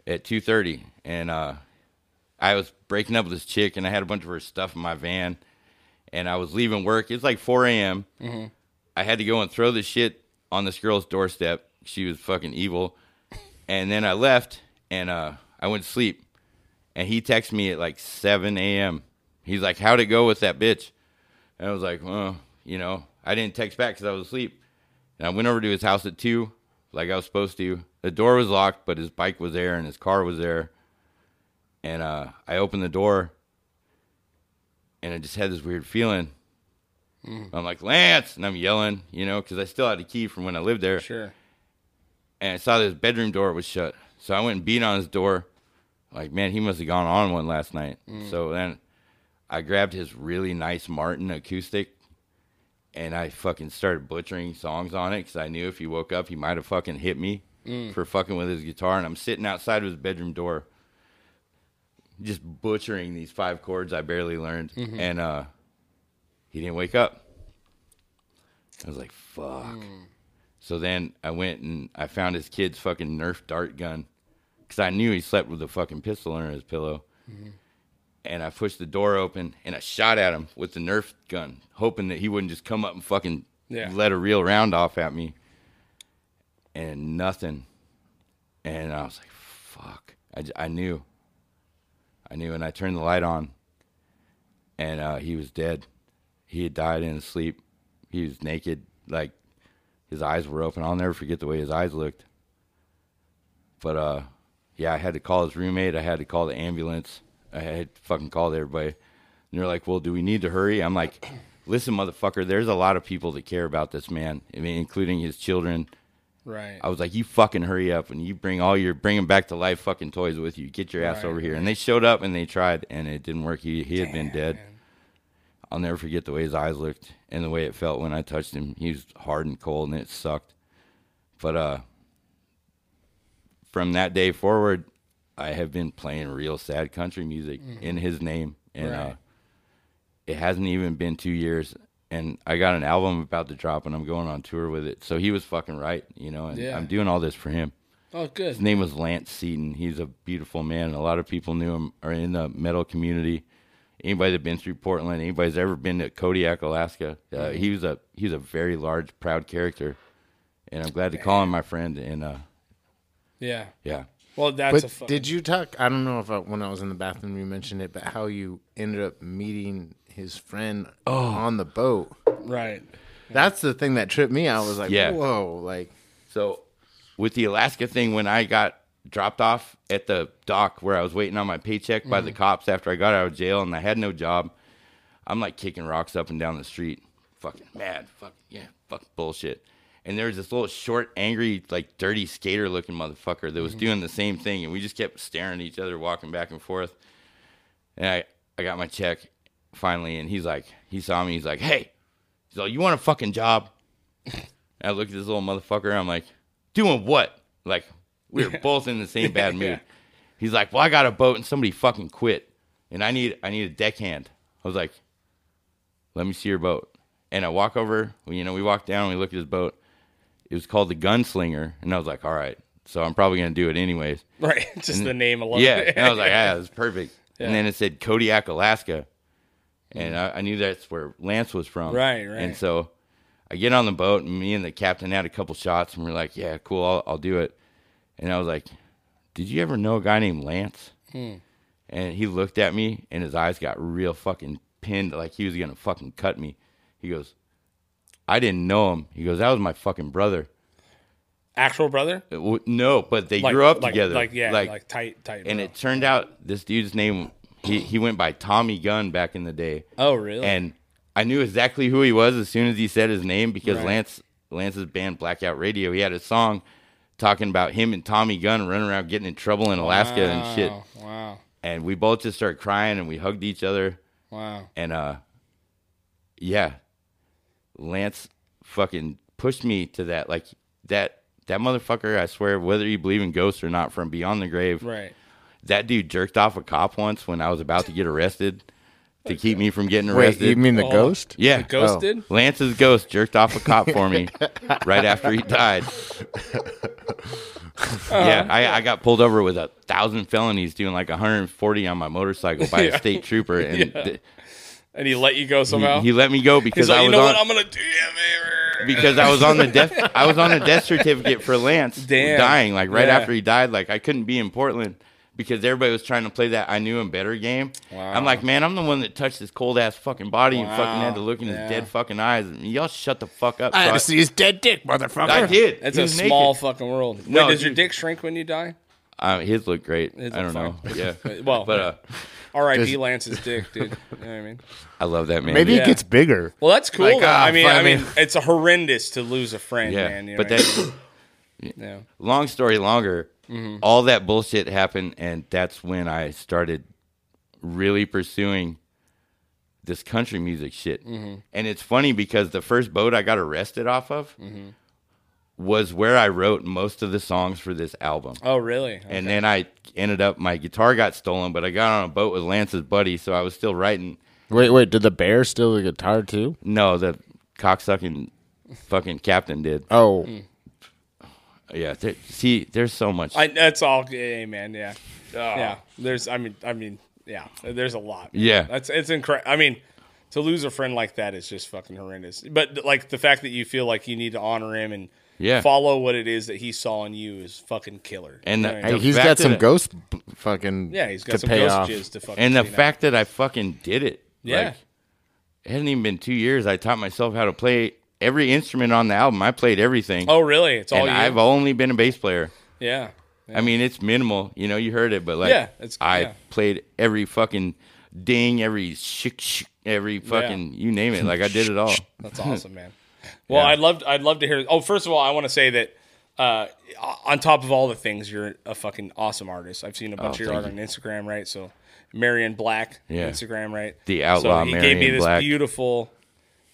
at 2.30 and uh, i was breaking up with this chick and i had a bunch of her stuff in my van and i was leaving work it's like 4 a.m i had to go and throw this shit on this girl's doorstep she was fucking evil and then i left and uh, i went to sleep and he texted me at like 7 a.m he's like how'd it go with that bitch and i was like well you know i didn't text back because i was asleep and I went over to his house at two, like I was supposed to. The door was locked, but his bike was there and his car was there. And uh, I opened the door, and I just had this weird feeling. I'm like Lance, and I'm yelling, you know, because I still had the key from when I lived there.
Sure.
And I saw that his bedroom door was shut, so I went and beat on his door. Like, man, he must have gone on one last night. So then, I grabbed his really nice Martin acoustic and I fucking started butchering songs on it because I knew if he woke up, he might have fucking hit me for fucking with his guitar. And I'm sitting outside of his bedroom door, just butchering these five chords I barely learned. And uh, he didn't wake up. I was like, fuck. So then I went and I found his kid's fucking Nerf dart gun because I knew he slept with a fucking pistol under his pillow and I pushed the door open and I shot at him with the Nerf gun, hoping that he wouldn't just come up and fucking
Yeah.
let a real round off at me. And nothing. And I was like, fuck. I, j- I knew. I knew. And I turned the light on and uh, he was dead. He had died in his sleep. He was naked. Like his eyes were open. I'll never forget the way his eyes looked. But uh, yeah, I had to call his roommate. I had to call the ambulance. I had to fucking called everybody. And they're like, "Well, do we need to hurry?" I'm like, "Listen, motherfucker. There's a lot of people that care about this man. I mean, including his children."
Right.
I was like, "You fucking hurry up and you bring all your bring him back to life fucking toys with you. Get your ass over here." And they showed up and they tried and it didn't work. He he had been dead. I'll never forget the way his eyes looked and the way it felt when I touched him. He was hard and cold and it sucked. But uh from that day forward, I have been playing real sad country music in his name and uh it hasn't even been 2 years and I got an album about to drop and I'm going on tour with it. So he was fucking right, you know, and
Yeah.
I'm doing all this for him.
Oh, good.
His name was Lance Seaton. He's a beautiful man. A lot of people knew him are in the metal community. Anybody that's been through Portland, anybody's ever been to Kodiak, Alaska, uh, he was a he's a very large, proud character, and I'm glad to call him my friend. And uh,
Yeah.
yeah,
Well, that's a
But
fuck.
did you talk? I don't know if I, when I was in the bathroom you mentioned it, but how you ended up meeting his friend on the boat.
right.
That's the thing that tripped me out. Was like,
Yeah.
whoa, like
So with the Alaska thing, when I got dropped off at the dock where I was waiting on my paycheck by the cops after I got out of jail and I had no job, I'm like kicking rocks up and down the street, fucking mad, fucking yeah, fucking bullshit. And there was this little short, angry, like dirty skater looking motherfucker that was doing the same thing, and we just kept staring at each other, walking back and forth. And I, I got my check finally, and he's like, he saw me, he's like, hey, he's like, you want a fucking job? I look at this little motherfucker. I'm like, doing what? Like, we were both in the same bad mood. He's like, well, I got a boat and somebody fucking quit, and I need I need a deckhand. I was like, let me see your boat. And I walk over. we- You know, we walk down. We look at his boat. It was called the Gunslinger, and I was like, all right. So I'm probably gonna do it anyways.
Right. Just the name alone.
Yeah. And I was like, ah, that's perfect. And then it said Kodiak, Alaska. And I, I knew that's where Lance was from.
Right, right.
And so I get on the boat, and me and the captain had a couple shots, and we're like, yeah, cool, I'll, I'll do it. And I was like, did you ever know a guy named Lance?
Hmm.
And he looked at me, and his eyes got real fucking pinned, like he was going to fucking cut me. He goes, I didn't know him. He goes, that was my fucking brother.
Actual brother?
It w- No, but they grew up
like,
together.
Like, yeah. Like, tight, tight.
And
bro.
it turned out this dude's name he, he went by Tommy Gunn back in the day.
Oh, really?
And I knew exactly who he was as soon as he said his name because Lance Lance's band Blackout Radio, he had a song talking about him and Tommy Gunn running around getting in trouble in Alaska and shit.
Wow, Oh, Wow.
And we both just started crying and we hugged each other
Wow.
and uh yeah. Lance fucking pushed me to that like that that motherfucker, I swear, whether you believe in ghosts or not, from beyond the grave,
Right.
that dude jerked off a cop once when I was about to get arrested. to keep me from getting
Wait,
arrested.
you mean the ghost?
yeah,
Ghost
Oh.
did?
Lance's ghost jerked off a cop for me right after he died.
Uh-huh.
Yeah, I, I got pulled over with a thousand felonies, doing like 140 on my motorcycle by a state trooper, and th-
And he let you go
he-
somehow.
he, let me go because
He's like,
I
you
was
know
on
what? I'm gonna do you a favor."
because I was on the death I was on a death certificate for Lance
Damn.
dying like right
Yeah.
after he died like I couldn't be in Portland because everybody was trying to play that I knew him better game. I'm like, man, I'm the one that touched his cold ass fucking body and fucking had to look in his dead fucking eyes. And y'all shut the fuck up. So
I had
I,
to see his dead dick, motherfucker.
I did.
That's
He
a
was
small
naked.
fucking world.
No,
Wait, does your
dude.
dick shrink when you die?
Uh, his looked great.
His
I don't
looked
know. Yeah.
Well,
but uh,
R.I.P.
Does-
Lance's dick, dude. You know what I mean?
I love that man.
Maybe
dude.
it gets bigger.
Well, that's cool.
Like,
though.
ah,
I mean,
fuck,
I
I mean-
mean, it's horrendous to lose a friend,
yeah.
man. You know
but
what I
that
mean? yeah.
long story longer,
Mm-hmm.
all that bullshit happened, and that's when I started really pursuing this country music shit.
Mm-hmm.
And it's funny because the first boat I got arrested off of
Mm-hmm.
was where I wrote most of the songs for this album.
Oh, really?
And then I ended up my guitar got stolen, but I got on a boat with Lance's buddy, so I was still writing.
Wait, wait. Did the bear steal the guitar too?
No, the cocksucking fucking captain did.
Hmm.
Oh,
Yeah, there, see, there's so much.
I, that's all. Hey, man. Yeah.
Oh.
Yeah. There's. I mean. I mean. Yeah. There's a lot.
Yeah.
That's. It's incredible. I mean, to lose a friend like that is just fucking horrendous. But like the fact that you feel like you need to honor him and
Yeah.
follow what it is that he saw in you is fucking killer.
and
You
the,
know what I
hey,
the
mean?
he's
fact
got some
that-
ghost b- fucking
yeah, he's
to
got some
pay
ghost
off.
jizz to fucking.
and the
clean up.
fact that I fucking did it.
Yeah.
Like, it hadn't even been two years. I taught myself how to play every instrument on the album. I played everything.
Oh, really? It's all
and
you.
I've only been a bass player.
yeah.
I mean, it's minimal. You know, you heard it, but like,
Yeah, it's-
I
yeah.
played every fucking ding, every shik, shik, every fucking you name it. Like I did it all.
That's awesome, man. Well, I'd love I'd love to hear. Oh, first of all, I want to say that uh, on top of all the things, you're a fucking awesome artist. I've seen a bunch of your
Oh, thank
art on Instagram, right? So Marion Black,
Yeah.
Instagram, right?
The outlaw
so he gave me
Marion
this
Black.
beautiful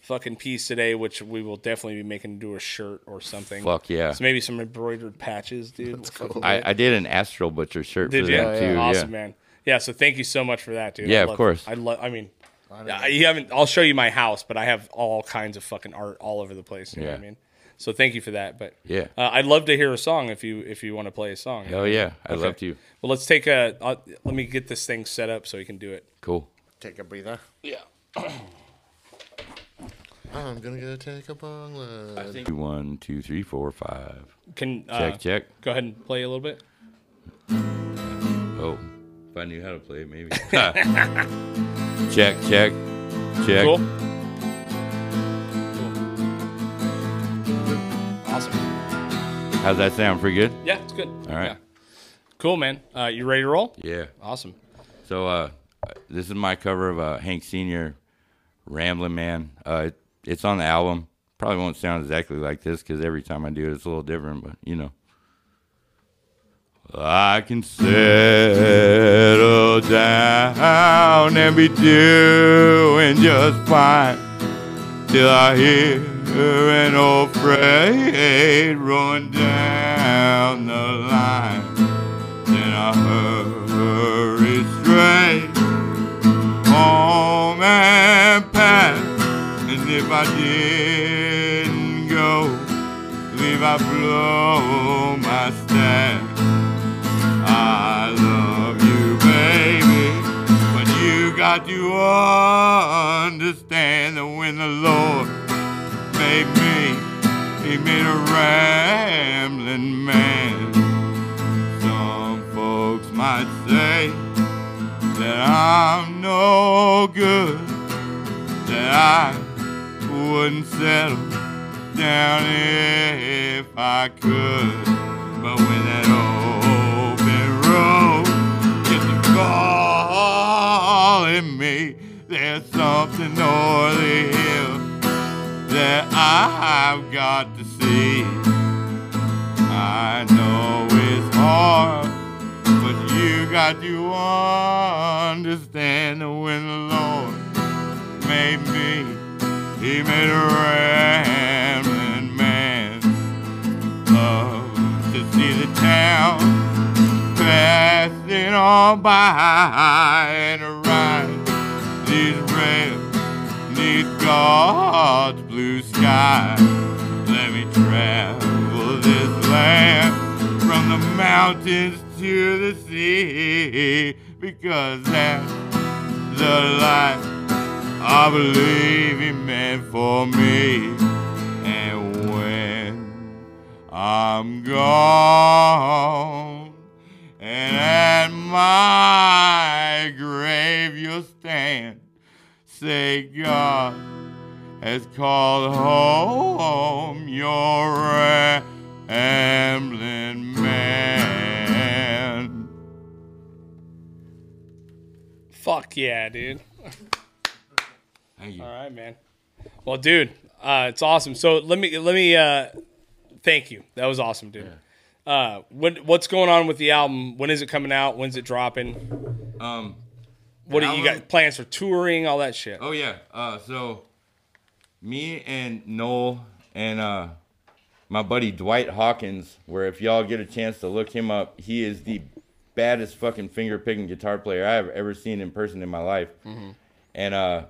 fucking piece today, which we will definitely be making into a shirt or something.
Fuck yeah.
So maybe some embroidered patches, dude. Fucking lit.
I, I did an Astral Butcher shirt
Did
for
you?
them too.
Awesome,
yeah.
man. Yeah, so thank you so much for that, dude.
Yeah,
I
of
love-
course.
I love. I mean, I you haven't. I'll show you my house, but I have all kinds of fucking art all over the place. You know what I
Yeah.
mean? So thank you for that. But
Yeah.
uh, I'd love to hear a song if you if you want to play a song.
Oh yeah, I love loved you.
Well, let's take a. I'll, let me get this thing set up so you can do it.
Cool.
Take a breather.
Yeah.
I'm gonna go take a bong ride.
One, two, three, four, five.
Can uh,
Check, check.
go ahead and play a little bit?
Oh, if I knew how to play it, maybe. check, check, check.
Cool. Cool. Awesome.
How's that sound? Pretty good.
Yeah, it's good.
All right.
Cool, man. Uh, you ready to roll?
Yeah.
Awesome.
So uh, this is my cover of uh, Hank Senior, Ramblin' Man. Uh, it- it's on the album. Probably won't sound exactly like this because every time I do it, it's a little different. But you know. I can settle down and be doing just fine till I hear an old freight rolling down the line. Then I hurry straight home and pack. And if I didn't go, leave I blow my stack. I love you, baby. But you got to understand that when the Lord made me, He made a rambling man. Some folks might say that I'm no good, that I wouldn't settle down if I could. But when that open road gets to calling me, there's something over the hill that I've got to see. I know it's hard, but you got to understand that when the Lord made me, He made a rambling man. Love to see the town passing on by and ride these
need God's blue sky. Let me travel this land from the mountains to the sea, because that's the life I believe He meant for me. And when I'm gone, and at my grave you'll stand. Say God has called home your rambling man.
Fuck yeah, dude.
Thank you.
All right, man. Well, dude, uh, it's awesome. So let me let me uh, thank you. That was awesome, dude. Uh, what what's going on with the album? When is it coming out? When's it dropping?
Um,
What do
the
you
album-
got plans for touring? All that shit.
Oh yeah. Uh, so me and Noel and uh, my buddy Dwight Hawkins, where if y'all get a chance to look him up, he is the baddest fucking finger picking guitar player I have ever seen in person in my life. And uh,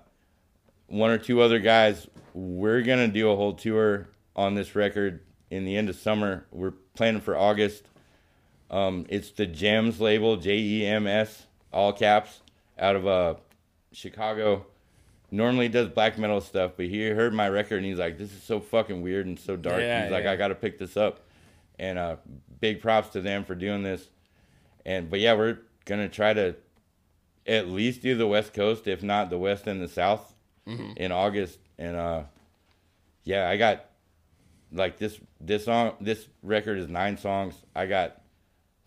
one or two other guys, we're gonna do a whole tour on this record in the end of summer. We're planning for August. Um, it's the Gems label, J E M S, all caps, out of uh, Chicago normally does black metal stuff, but he heard my record and he's like, "This is so fucking weird and so dark."
Yeah,
he's like,
yeah.
"I got to pick this up," and uh, big props to them for doing this. And but yeah, we're gonna try to at least do the West Coast, if not the West and the South, in August. And uh, yeah, I got like this this song this record is nine songs. I got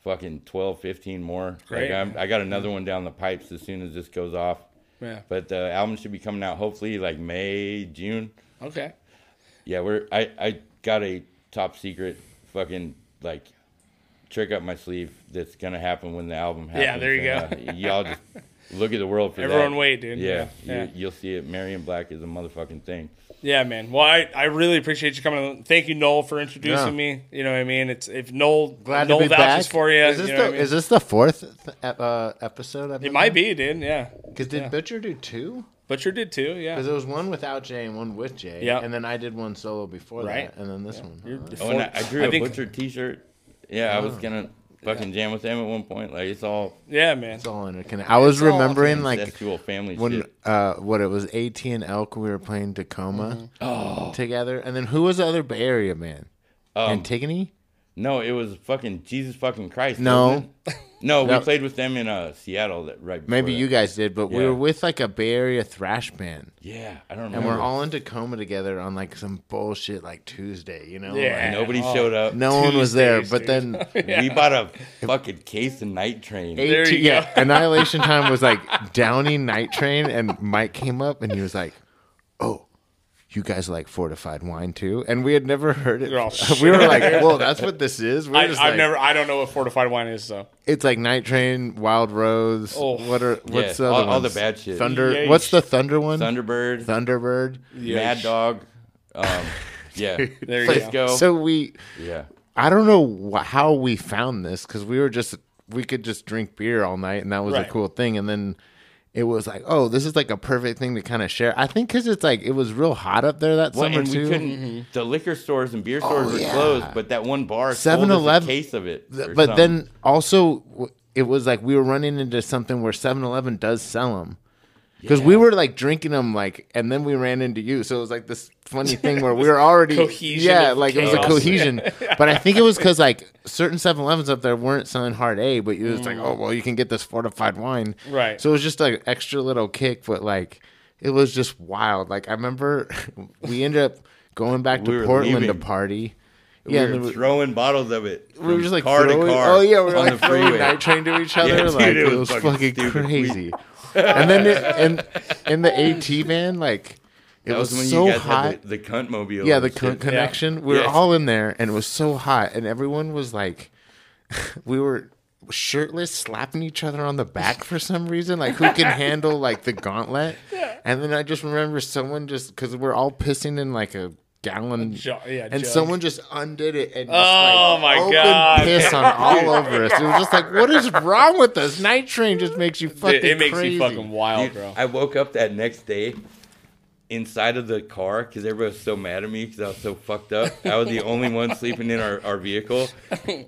fucking 12, 15 more.
Great.
Like I'm, I got another one down the pipes as soon as this goes off.
Yeah.
But the album should be coming out hopefully like May, June.
Okay.
Yeah, we're I I got a top secret fucking like trick up my sleeve that's gonna happen when the album happens.
Yeah, there you
and, uh, y'all just look at the world for that.
Everyone wait, dude.
Yeah,
Yeah. Yeah.
You, you'll see it. Marion Black is a motherfucking thing.
Yeah, man. Well, I, I really appreciate you coming. Thank you, Noel, for introducing
Yeah.
me. You know what I mean? It's if Noel
Glad
Noel
to be back.
vouches for you.
Is this,
you know
the,
what I mean?
is this the fourth th- ep- uh, episode? I've
it might be, dude. Yeah.
Because did Butcher do two?
Butcher did too. Yeah.
Because there was one without Jay and one with Jay.
Yeah.
And then I did one solo before
Right.
that, and then this one.
You're-
Oh, and I, I drew a
think-
butcher T-shirt. Yeah, I
Oh.
was gonna fucking jam with him at one point. Like it's all
Yeah, man.
It's all interconnected. I was remembering like
incestual family
when
shit.
uh, what it was AT and Elk we were playing
Mm-hmm.
Tacoma together, and then who was the other Bay Area man? Antigone?
No, it was fucking Jesus fucking Christ.
No,
wasn't it? No,
No.
we played with them in uh, Seattle that right. before
maybe
that.
you guys did, but we
Yeah.
were with like a Bay Area thrash band,
Yeah, I don't remember.
and we're all in Tacoma together on like some bullshit like Tuesday, you know?
Yeah.
Nobody showed up.
Like, no one was there, but
Tuesdays,
then
We bought a fucking case of night train.
There you
18, yeah, Annihilation Time was like Downey Night Train, and Mike came up and he was like, "Oh, you guys like fortified wine too?" And we had never heard it.
Oh,
we
shit.
were like, "Whoa, that's what this is." We were
I, I've
just like,
never. I don't know what fortified wine is. So
It's like Night Train, Wild Rose.
Oh. E
what are what's
Yeah,
the other
all- all the
ones?
bad shit.
Thunder.
Yeesh.
What's the Thunder one?
Thunderbird,
Thunderbird.
Mad Dog. Um, yeah,
there you go.
Frisco.
So we,
yeah,
I don't know wh- how we found this because we were just we could just drink beer all night and that was
Right.
a cool thing. And then it was like, oh, this is like a perfect thing to kind of share. I think because it's like it was real hot up there that
well,
summer
and we
too. Oh,
couldn't.
Mm-hmm.
The liquor stores and beer stores were
yeah.
closed, but that one bar sold us
7-Eleven
a case of it.
Th-
or
but
something.
then also w- it was like we were running into something where 7-Eleven does sell them. Because we were like drinking them, like, and then we ran into you, so it was like this funny thing where we were already
Cohesion
Yeah,
of
like it was
chaos.
a cohesion. but I think it was because like certain 7-Elevens up there weren't selling hard A, but you was like,
Mm.
oh well, you can get this fortified wine,
Right.
So it was just like extra little kick, but like it was just wild. Like I remember we ended up going back to
We were
Portland to
leaving.
party.
we
Yeah,
were
and we-
throwing bottles of it.
we were
from
just like
car
throwing,
to car.
Oh yeah, we were
on
like
the
throwing
freeway.
night train to each other.
Yeah, dude,
like
it
it
was
was,
fucking
fucking,
stupid. We-
crazy. and then it, and in the AT van, like it
That
was,
was when
so
you guys
hot.
had the, the cunt mobile.
yeah, the
and
con-
shit.
connection. We were
Yes.
all in there, and it was so hot, and everyone was like, we were shirtless slapping each other on the back for some reason like who can handle like the gauntlet and then i just remember someone just because we're all pissing in like a gallon
ju- yeah,
and
jug.
someone just undid it and just,
Oh,
like,
my
opened
God.
piss on all over us it was just like what is wrong with us night train just makes you fucking
Dude, it makes
crazy.
you fucking wild,
Dude,
bro.
I woke up that next day inside of the car because everybody was so mad at me because I was so fucked up. I was the only one sleeping in our, our vehicle,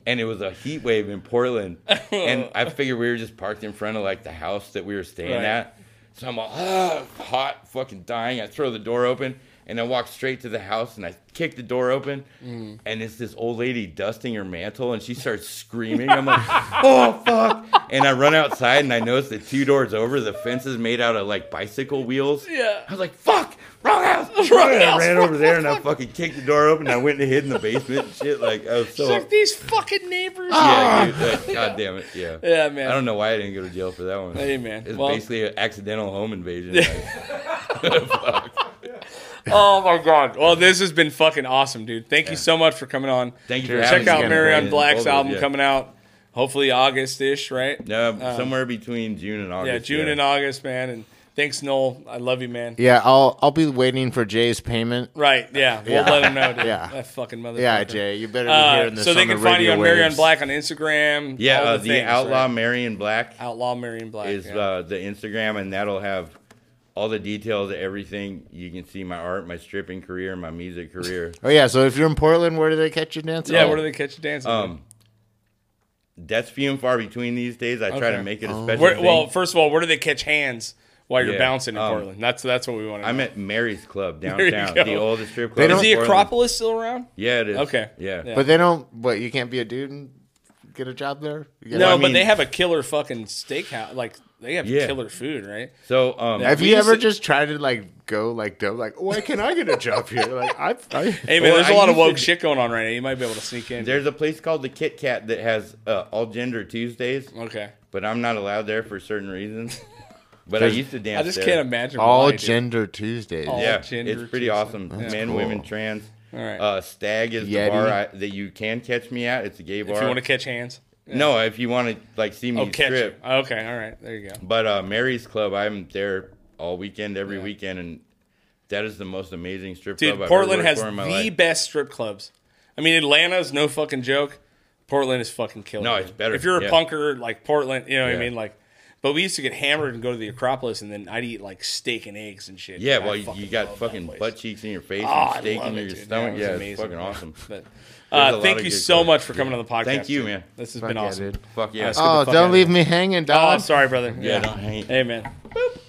and it was a heat wave in Portland. And I figured we were just parked in front of like the house that we were staying
Right.
at. So I'm all ah, hot, fucking dying. I throw the door open. And I walk straight to the house and I kick the door open, and it's this old lady dusting her mantle, and she starts screaming. I'm like, "Oh fuck!" And I run outside and I notice that two doors over, the fence is made out of like bicycle wheels.
Yeah.
I was like, fuck, wrong house. Wrong house. I ran over there and I fucking kicked the door open. and I went and hid in the basement and shit. Like, I was so.
Look, these fucking neighbors.
yeah, dude. Like, God damn it. Yeah.
Yeah, man.
I don't know why I didn't go to jail for that one.
Hey, man.
It's
Well-
basically an accidental home invasion. Like,
Oh my god. Well, this has been fucking awesome, dude. Thank you so much for coming on.
Thank you for
Check
having me
out
again,
Marion
Brandon.
Black's
Over,
album
yeah.
coming out hopefully August ish, right?
no, somewhere between June and August.
Yeah, June and August, man. And thanks, Noel. I love you, man.
Yeah, I'll I'll be waiting for Jay's payment.
Right? Yeah, we'll
Yeah.
let him know, dude.
Yeah.
That fucking motherfucker.
Yeah, Jay, you better be
Uh,
hearing this.
so they
on
can
the
find you
radio
on Marion
waves.
Black on Instagram.
Yeah,
all
uh, the,
things,
Outlaw
right?
Marion Black
Outlaw Marion Black
is
yeah.
uh, the Instagram, and that'll have all the details, everything. You can see my art, my stripping career, my music career.
Oh yeah, so if you're in Portland, where do they catch you dancing?
yeah. Where do they catch you dancing?
Um, that's few and far between these days. I try
Okay.
to make it a special
Where-
thing.
well, first of all, where do they catch hands while you're
Yeah,
bouncing in
um,
Portland? That's that's what we want. to
I'm
know.
at Mary's Club
you
downtown,
go.
the oldest strip club.
They
in
don't-
Is the
Portland.
Acropolis still around?
Yeah, it is.
Okay.
Yeah.
Yeah.
Oh, But they don't. What you can't be a dude and get a job there. You gotta-
No,
I
but
mean-
they have a killer fucking steakhouse. Like they have
Yeah.
killer food, right?
So, um,
Have
We
you
used
ever
to-
just tried to like go like dumb, like why can I get a job here? Like I, I
Hey man,
Well,
there's a
I
lot
used
of
to
woke
d-
shit going on right now. You might be able to sneak in.
there's a place called the Kit Kat that has uh, all gender Tuesdays,
okay.
but I'm not allowed there for certain reasons. But I used to dance.
I just
there.
can't imagine
all
why, dude.
gender Tuesdays.
All
Yeah,
gender
it's pretty
Tuesday.
awesome. Men,
cool.
women, trans.
All right.
Uh, Stag is
Yeti.
the bar I, that you can catch me at. It's a gay bar.
if you want to catch hands.
no, if you want to like see me
Oh, catch.
strip,
it. Okay, all right. There you go.
But uh, Mary's Club, I'm there all weekend, every weekend, and that is the most amazing strip
Dude,
club. I've
Portland
ever worked
has
for in my
the
life.
best strip clubs. I mean, Atlanta's no fucking joke. Portland is fucking killer.
No,
dude.
it's better,
If you're a
yeah.
punker like Portland, you know what I
Yeah.
mean? Like, but we used to get hammered and go to the Acropolis, and then I'd eat like steak and eggs and shit.
Yeah,
dude. I
well, you, you got
love that
fucking
place.
butt cheeks in your face
Oh, I
and steak
love
in
it,
your
dude.
stomach.
was
Yeah,
amazing,
it's fucking
man.
awesome.
But,
There's a
uh,
lot
thank
of
you
good
so
stuff.
much for coming on the podcast.
Thank you,
dude.
man.
This has
Fuck
been
yeah,
awesome.
dude.
Fuck yeah.
Let's get the fuck
Oh, don't
outta
leave
here.
me hanging,
Oh, I'm
dog.
sorry, brother.
yeah, don't hang.
Hey, man. Boop.